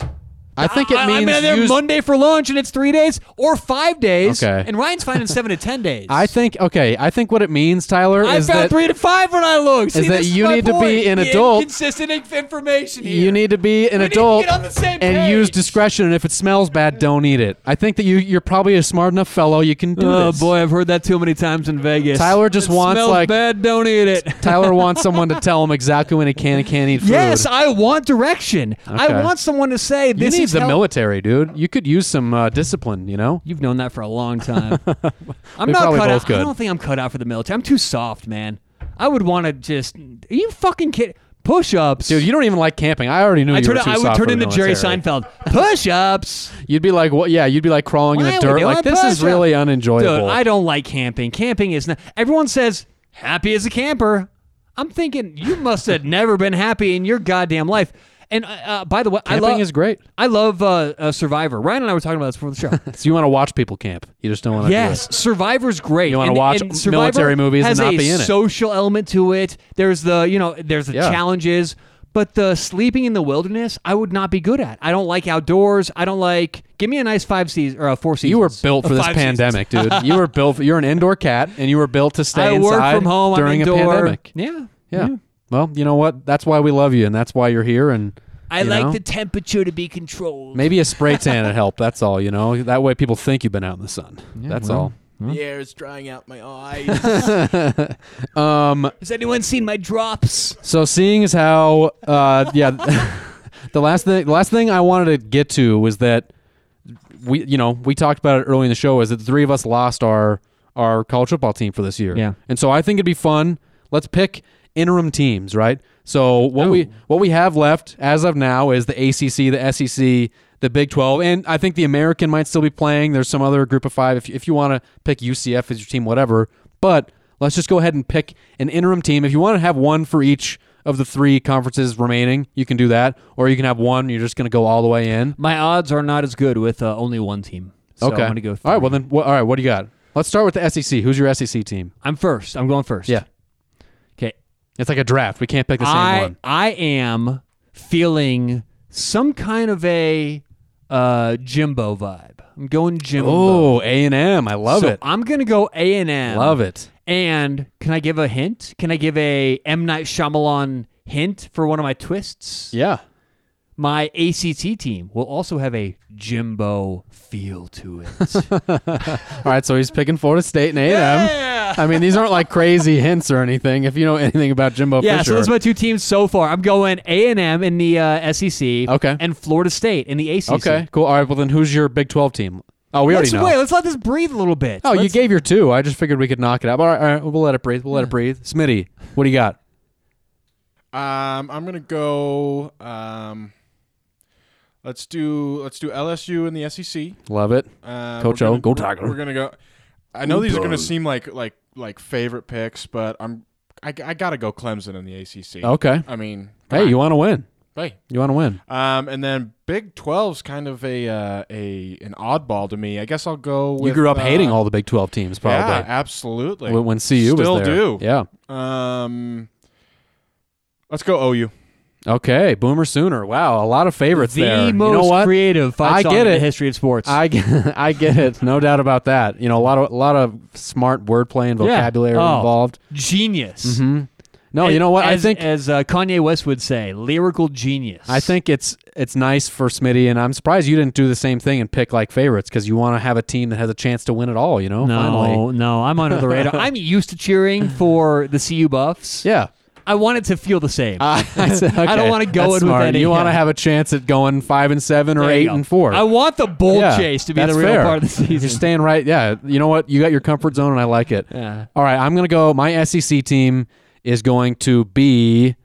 I think it I, means I'm in there use- Monday for lunch and it's 3 days or 5 days. Okay. And Ryan's finding 7 to 10 days. I think okay. I think what it means, Tyler, I is found that three to five when I looked. See, is that this you my need to be point. an The adult. Inconsistent inf- information here. you need to be an We need to adult get on the same and use page. discretion. And if it smells bad, don't eat it. I think that you you're probably a smart enough fellow. You can do Oh this. boy, I've heard that too many times in Vegas. Tyler just It wants, smells like- bad. Don't eat it. Tyler wants someone to tell him exactly when he can and can't eat food. Yes, I want direction. Okay. I want someone to say this need is leave the tell- military, dude. You could use some uh, discipline, you know? You've known that for a long time. I'm We not probably both cut out. I could. don't think I'm cut out for the military. I'm too soft, man. I would want to just. Are you fucking kidding? Push ups. Dude, you don't even like camping. I already knew I, you turn, were too I would soft turn for the into Jerry military. Seinfeld. Push ups. You'd be like, what? Yeah, you'd be like crawling in Why are the we dirt. doing Like this is push-ups? really Dude, unenjoyable. I don't like camping. Camping is not. Everyone says, happy as a camper. I'm thinking, you must have never been happy in your goddamn life. And uh, uh, by the way, camping I love. is great. I love uh, uh, Survivor. Ryan and I were talking about this before the show. So you want to watch people camp. You just don't want to. Yes, Survivor's great. You wanna And- watch and Survivor military movies and has not a be in it. social element to it. There's the you know there's the Yeah. challenges, but the sleeping in the wilderness I would not be good at. I don't like outdoors. I don't like. Give me a nice five season or a four season. You were built for this Five seasons. pandemic, dude. You were built. For, you're an indoor cat, and you were built to stay I work inside from home. during I'm indoor. a pandemic. Yeah, Mm-hmm. Yeah. Well, you know what? That's why we love you, and that's why you're here. And I you like know, the temperature to be controlled. maybe a spray tan would help. That's all. You know, that way people think you've been out in the sun. that's The air is drying out my eyes. all. Um. Has anyone seen my drops? So seeing as how, uh, yeah, the last thing, the last thing I wanted to get to was that we, you know, we talked about it early in the show is that the three of us lost our our college football team for this year. Yeah. and so I think it'd be fun. Let's pick interim teams, right? So what we what we have left as of now is the ACC, the SEC, the Big Twelve, and I think the American might still be playing. There's some other group of five. If if you want to pick UCF as your team, whatever. But let's just go ahead and pick an interim team. If you want to have one for each of the three conferences remaining, you can do that, or you can have one. You're just going to go all the way in. My odds are not as good with uh, only one team. So okay. I'm gonna go. All right. three. Well then, wh- all right. What do you got? Let's start with the SEC. Who's your SEC team? I'm first. I'm going first. Yeah. Okay. It's like a draft. We can't pick the same I, one. I am feeling some kind of a uh, Jimbo vibe. I'm going Jimbo. Oh, A and M. I love So it. I'm gonna go A and M. Love it. And can I give a hint? Can I give a M Night Shyamalan hint for one of my twists? Yeah. My ACT team will also have a Jimbo feel to it. All right. So he's picking Florida State and A and M. yeah. I mean, these aren't like crazy hints or anything. If you know anything about Jimbo Yeah, so Fisher, those are my two teams so far. I'm going A and M in the uh, SEC, Okay. and Florida State in the ACC. okay, cool. All right. Well, then, who's your Big Twelve team? Oh, we E Let's already know. wait. Let's let this breathe a little bit. oh, you Let's- gave your two. I just figured we could knock it out. All right. All right we'll let it breathe. We'll let it breathe. Smitty, what do you got? Um, I'm gonna go. Um, let's do let's do LSU in the SEC. Love it. Uh, Coach we're O, gonna- go we're- Tiger. We're gonna go. I know these are gonna seem like like like favorite picks, but I'm I, I gotta go Clemson in the ACC. Okay. I mean, Oh. Hey, you want to win? hey. You want to win? Um, and then Big 12's kind of a uh, a an oddball to me. I guess I'll go. With, you grew up uh, hating all the Big Twelve teams, probably. Yeah, absolutely. when, when CU Still was there. do. Yeah. Um, let's go OU. Okay, Boomer Sooner. Wow, a lot of favorites the there. most you know what? creative five I song get in the it. history of sports. I get, I get it. No doubt about that. You know, a lot of a lot of smart wordplay and Yeah. vocabulary Oh. involved. genius. No, As- Mm-hmm. Oh, you know what? As, I think as uh, Kanye West would say, lyrical genius. I think it's it's nice for Smitty, and I'm surprised you didn't do the same thing and pick like favorites because you want to have a team that has a chance to win it all. You know, No, finally. no, I'm under the radar. I'm used to cheering for the CU Buffs. Yeah. Uh, I want it to feel the same. I, I said- okay, wanna go that's in with smart. any- You want to yeah. have a chance at going five and seven or There you eight go. and four. I want the bull Yeah, chase to be the that's real fair. part of the season. You're staying right. Yeah. You know what? You got your comfort zone, and I like it. Yeah. All right. I'm going to go. My SEC team is going to be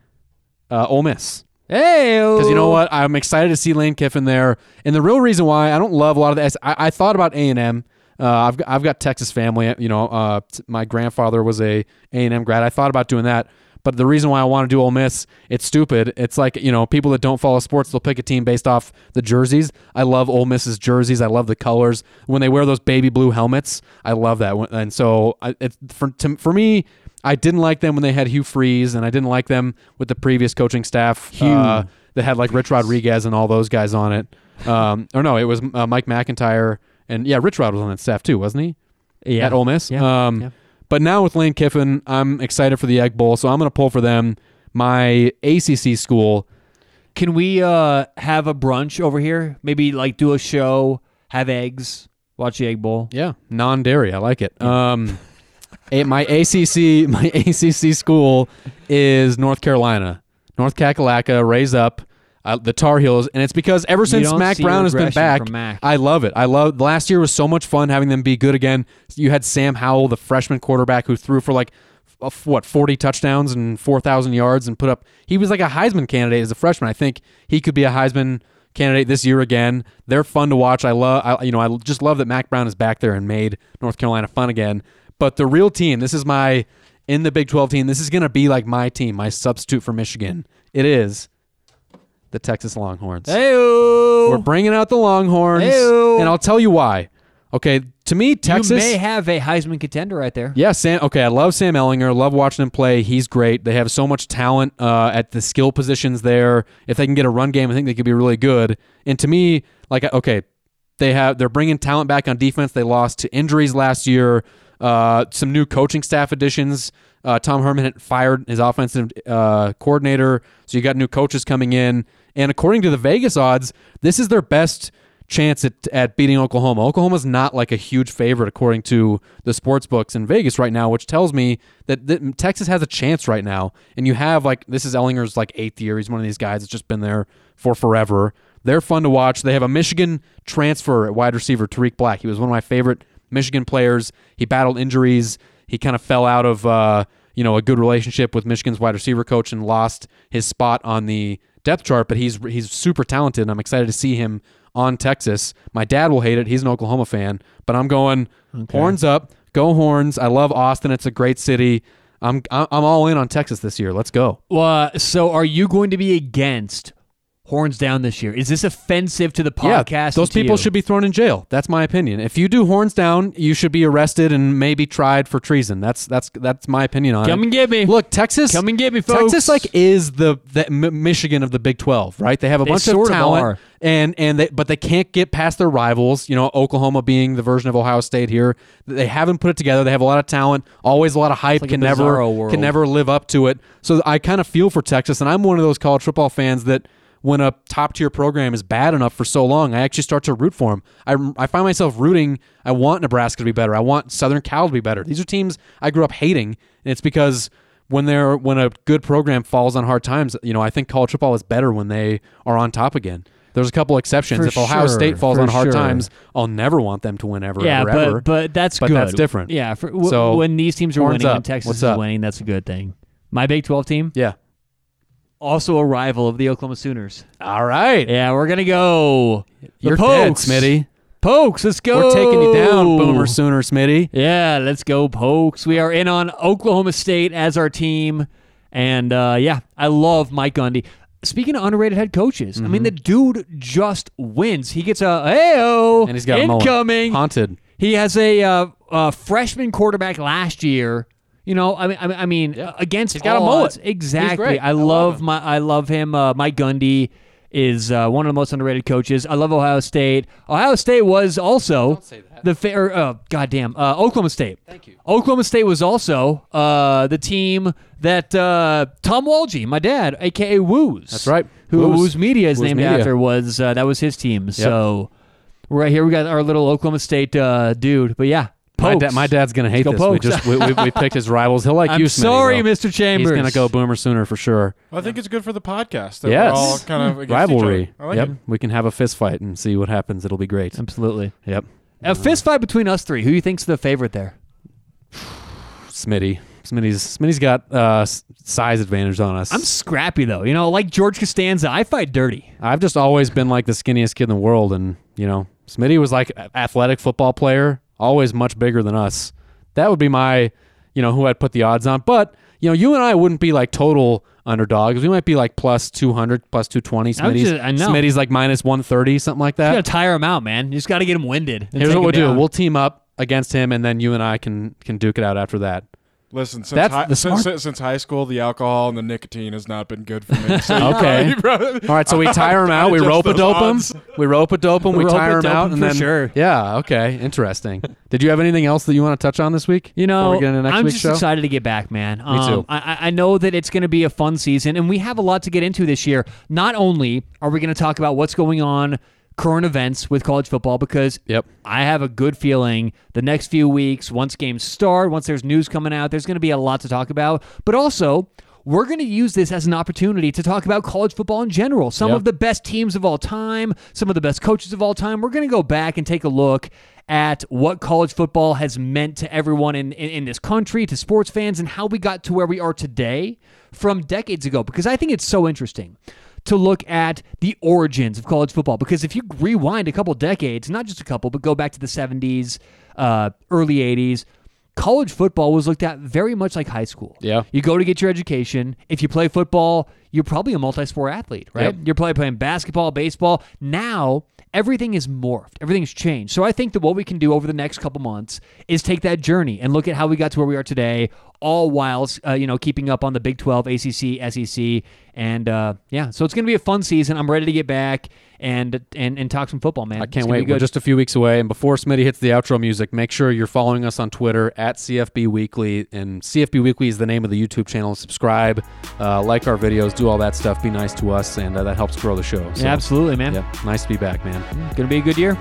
uh, Ole Miss. hey, Because you know what, I'm excited to see Lane Kiffin there, and the real reason why I don't love a lot of the S- I, I thought about A and M. Uh, I've got, I've got Texas family. You know, uh, t- my grandfather was a A and M grad. I thought about doing that, but the reason why I want to do Ole Miss, it's stupid. It's like you know, people that don't follow sports, they'll pick a team based off the jerseys. I love Ole Miss's jerseys. I love the colors when they wear those baby blue helmets. I love that, When- and so I, it, for to, for me. I didn't like them when they had Hugh Freeze, and I didn't like them with the previous coaching staff. Hugh Uh, that had like Rich Rodriguez and all those guys on it. Um, or no, it was uh, Mike McIntyre and yeah, Rich Rod was on that staff too, wasn't he? Yeah. At Ole Miss. Yeah. Um, Yeah. But now with Lane Kiffin, I'm excited for the Egg Bowl, so I'm going to pull for them. My ACC school, Can we uh, have a brunch over here? Maybe like do a show, have eggs, watch the Egg Bowl. yeah, non-dairy. I like it. Um, a- my ACC, my ACC school is North Carolina, North Kakalaka. Raise up. I, the Tar Heels, and it's because ever since don't Mac see Brown has been regression back, from Mac. I love it. I love last year was so much fun having them be good again. You had Sam Howell, the freshman quarterback, who threw for like f- what forty touchdowns and four thousand yards and put up. He was like a Heisman candidate as a freshman. I think he could be a Heisman candidate this year again. They're fun to watch. I love. I, you know, I just love that Mac Brown is back there and made North Carolina fun again. But the real team, this is my in the Big Twelve team. This is gonna be like my team, my substitute for Michigan. It is the Texas Longhorns. We're Hey, bringing out the Longhorns, Ew. and I'll tell you why. Okay, to me, Texas. you may have a Heisman contender right there. yeah, Sam. Okay, I love Sam Ellinger. Love watching him play. He's great. They have so much talent uh, at the skill positions there. If they can get a run game, I think they could be really good. And to me, like, okay, they have they're bringing talent back on defense. They lost to injuries last year. Uh, some new coaching staff additions. Uh, Tom Herman had fired his offensive uh, coordinator, so you got new coaches coming in. And according to the Vegas odds, this is their best chance at, at beating Oklahoma. Oklahoma's not like a huge favorite according to the sports books in Vegas right now, which tells me that, that Texas has a chance right now. And you have like this is Ellinger's like eighth year. He's one of these guys that's just been there for forever. They're fun to watch. They have a Michigan transfer at wide receiver, Tariq Black. He was one of my favorite Michigan players. He battled injuries. He kind of fell out of uh, you know a good relationship with Michigan's wide receiver coach and lost his spot on the depth chart. But he's he's super talented, and I'm excited to see him on Texas. My dad will hate it. He's an Oklahoma fan, but I'm going horns up, go horns. I love Austin. It's a great city. I'm I'm all in on Texas this year. Let's go. Well, uh, so are you going to be against horns down this year? Is this offensive to the podcast? Yeah, and those to people you? should be thrown in jail. That's my opinion. If you do horns down, you should be arrested and maybe tried for treason. That's that's that's my opinion on it. Come and get me. Look, Texas. Come and get me, folks. Texas like is the, the M- Michigan of the Big Twelve, right? They have a bunch sort of of talent, are. and and they but they can't get past their rivals. You know, Oklahoma being the version of Ohio State here. They haven't put it together. They have a lot of talent, always a lot of hype. like a can never bizarro world. can never live up to it. So I kind of feel for Texas, and I'm one of those college football fans that. When a top tier program is bad enough for so long, I actually start to root for them. I, I find myself rooting. I want Nebraska to be better. I want Southern Cal to be better. These are teams I grew up hating, and it's because when they're when a good program falls on hard times, you know, I think college football is better when they are on top again. There's a couple exceptions. For if Ohio sure, State falls for on hard sure. times, I'll never want them to win ever, yeah, ever, but ever. but that's But good. that's different. Yeah, for, w- So, when these teams are horns winning up. and Texas What's is up? winning, that's a good thing. My Big Twelve team, yeah. also a rival of the Oklahoma Sooners. All right. Yeah, we're gonna go. The You're pokes. dead, Smitty. Pokes, let's go. We're taking you down, Boomer Sooner, Smitty. Yeah, let's go, Pokes. We are in on Oklahoma State as our team. And uh, yeah, I love Mike Gundy. Speaking of underrated head coaches, I Mm-hmm. mean, the dude just wins. He gets a, hey, And he's got a mullet. incoming. haunted. He has a uh, uh, freshman quarterback last year. You know, I mean, I mean, I mean against He's got a all mullet. odds. Exactly. great. I, I love, love my, I love him. Uh, Mike Gundy is uh, one of the most underrated coaches. I love Ohio State. Ohio State was also the fa- or, uh, goddamn uh, Oklahoma State. Thank you. Oklahoma State was also uh, the team that uh, Tom Walgie, my dad, aka Woos. That's right. Who Woos. Woos Media is Woos named Media. after was uh, that was his team. So right here we got our little Oklahoma State uh, dude. But yeah, My, Pokes. da- my dad's gonna hate go this. We Pokes. just we, we, we picked his rivals. He'll like I'm you, Smitty. sorry, though. Mr. Chambers. He's gonna go Boomer Sooner for sure. I think it's good for the podcast that Yes. we're all kind of against Each Rivalry. other. I like yep. it. We can have a fist fight and see what happens. It'll be great. Absolutely. Yep. A fist fight between us three. Who you think's the favorite there? Smitty. Smitty's Smitty's got uh, s- size advantage on us. I'm scrappy though. You know, like George Costanza, I fight dirty. I've just always been like the skinniest kid in the world, and you know, Smitty was like a- athletic football player, always much bigger than us. That would be my, you know, who I'd put the odds on. But you know, you and I wouldn't be like total underdogs. We might be like plus two hundred, plus two twenty. I would Smitty's, just- I know. Smitty's like minus one thirty, something like You that. gotta tire him out, man. You just gotta get him winded. and Here's take what we'll him do: down. we'll team up against him, and then you and I can can duke it out after that. Listen, since, That's high, the smart- since, since, since high school, the alcohol and the nicotine has not been good for me. So you Okay. probably- you probably- All right, so we tire him out. We Adjust rope a those dope him. odds. We rope a dope him. We Rope a tire him dope out, him and for then sure. yeah, okay, interesting. Did you have anything else that you want to touch on this week? You before know, we get into next I'm week's just show? excited to get back, man. Me too. I, I- I know that it's going to be a fun season, and we have a lot to get into this year. Not only are we going to talk about what's going on current events with college football, because Yep. I have a good feeling the next few weeks, once games start, once there's news coming out, there's going to be a lot to talk about. But also, we're going to use this as an opportunity to talk about college football in general. Some Yep. of the best teams of all time, some of the best coaches of all time. We're going to go back and take a look at what college football has meant to everyone in, in, in this country, to sports fans, and how we got to where we are today from decades ago, because I think it's so interesting to look at the origins of college football. Because if you rewind a couple decades, not just a couple, but go back to the 70s, uh, early 80s, college football was looked at very much like high school. Yeah. You go to get your education. If you play football, you're probably a multi sport athlete, right? You're probably playing basketball, baseball. Now, everything is morphed, everything's changed. So I think that what we can do over the next couple months is take that journey and look at how we got to where we are today, all whilst, uh, you know, keeping up on the Big 12, ACC, SEC. E And uh, yeah, so it's going to be a fun season. I'm ready to get back and and, and talk some football, man. I can't wait. We're just a few weeks away. And before Smitty hits the outro music, make sure you're following us on Twitter at CFB Weekly. And CFB Weekly is the name of the YouTube channel. Subscribe, uh, like our videos, do all that stuff. Be nice to us, and uh, that helps grow the show. So, Absolutely, man. yeah, nice to be back, man. Going to be a good year.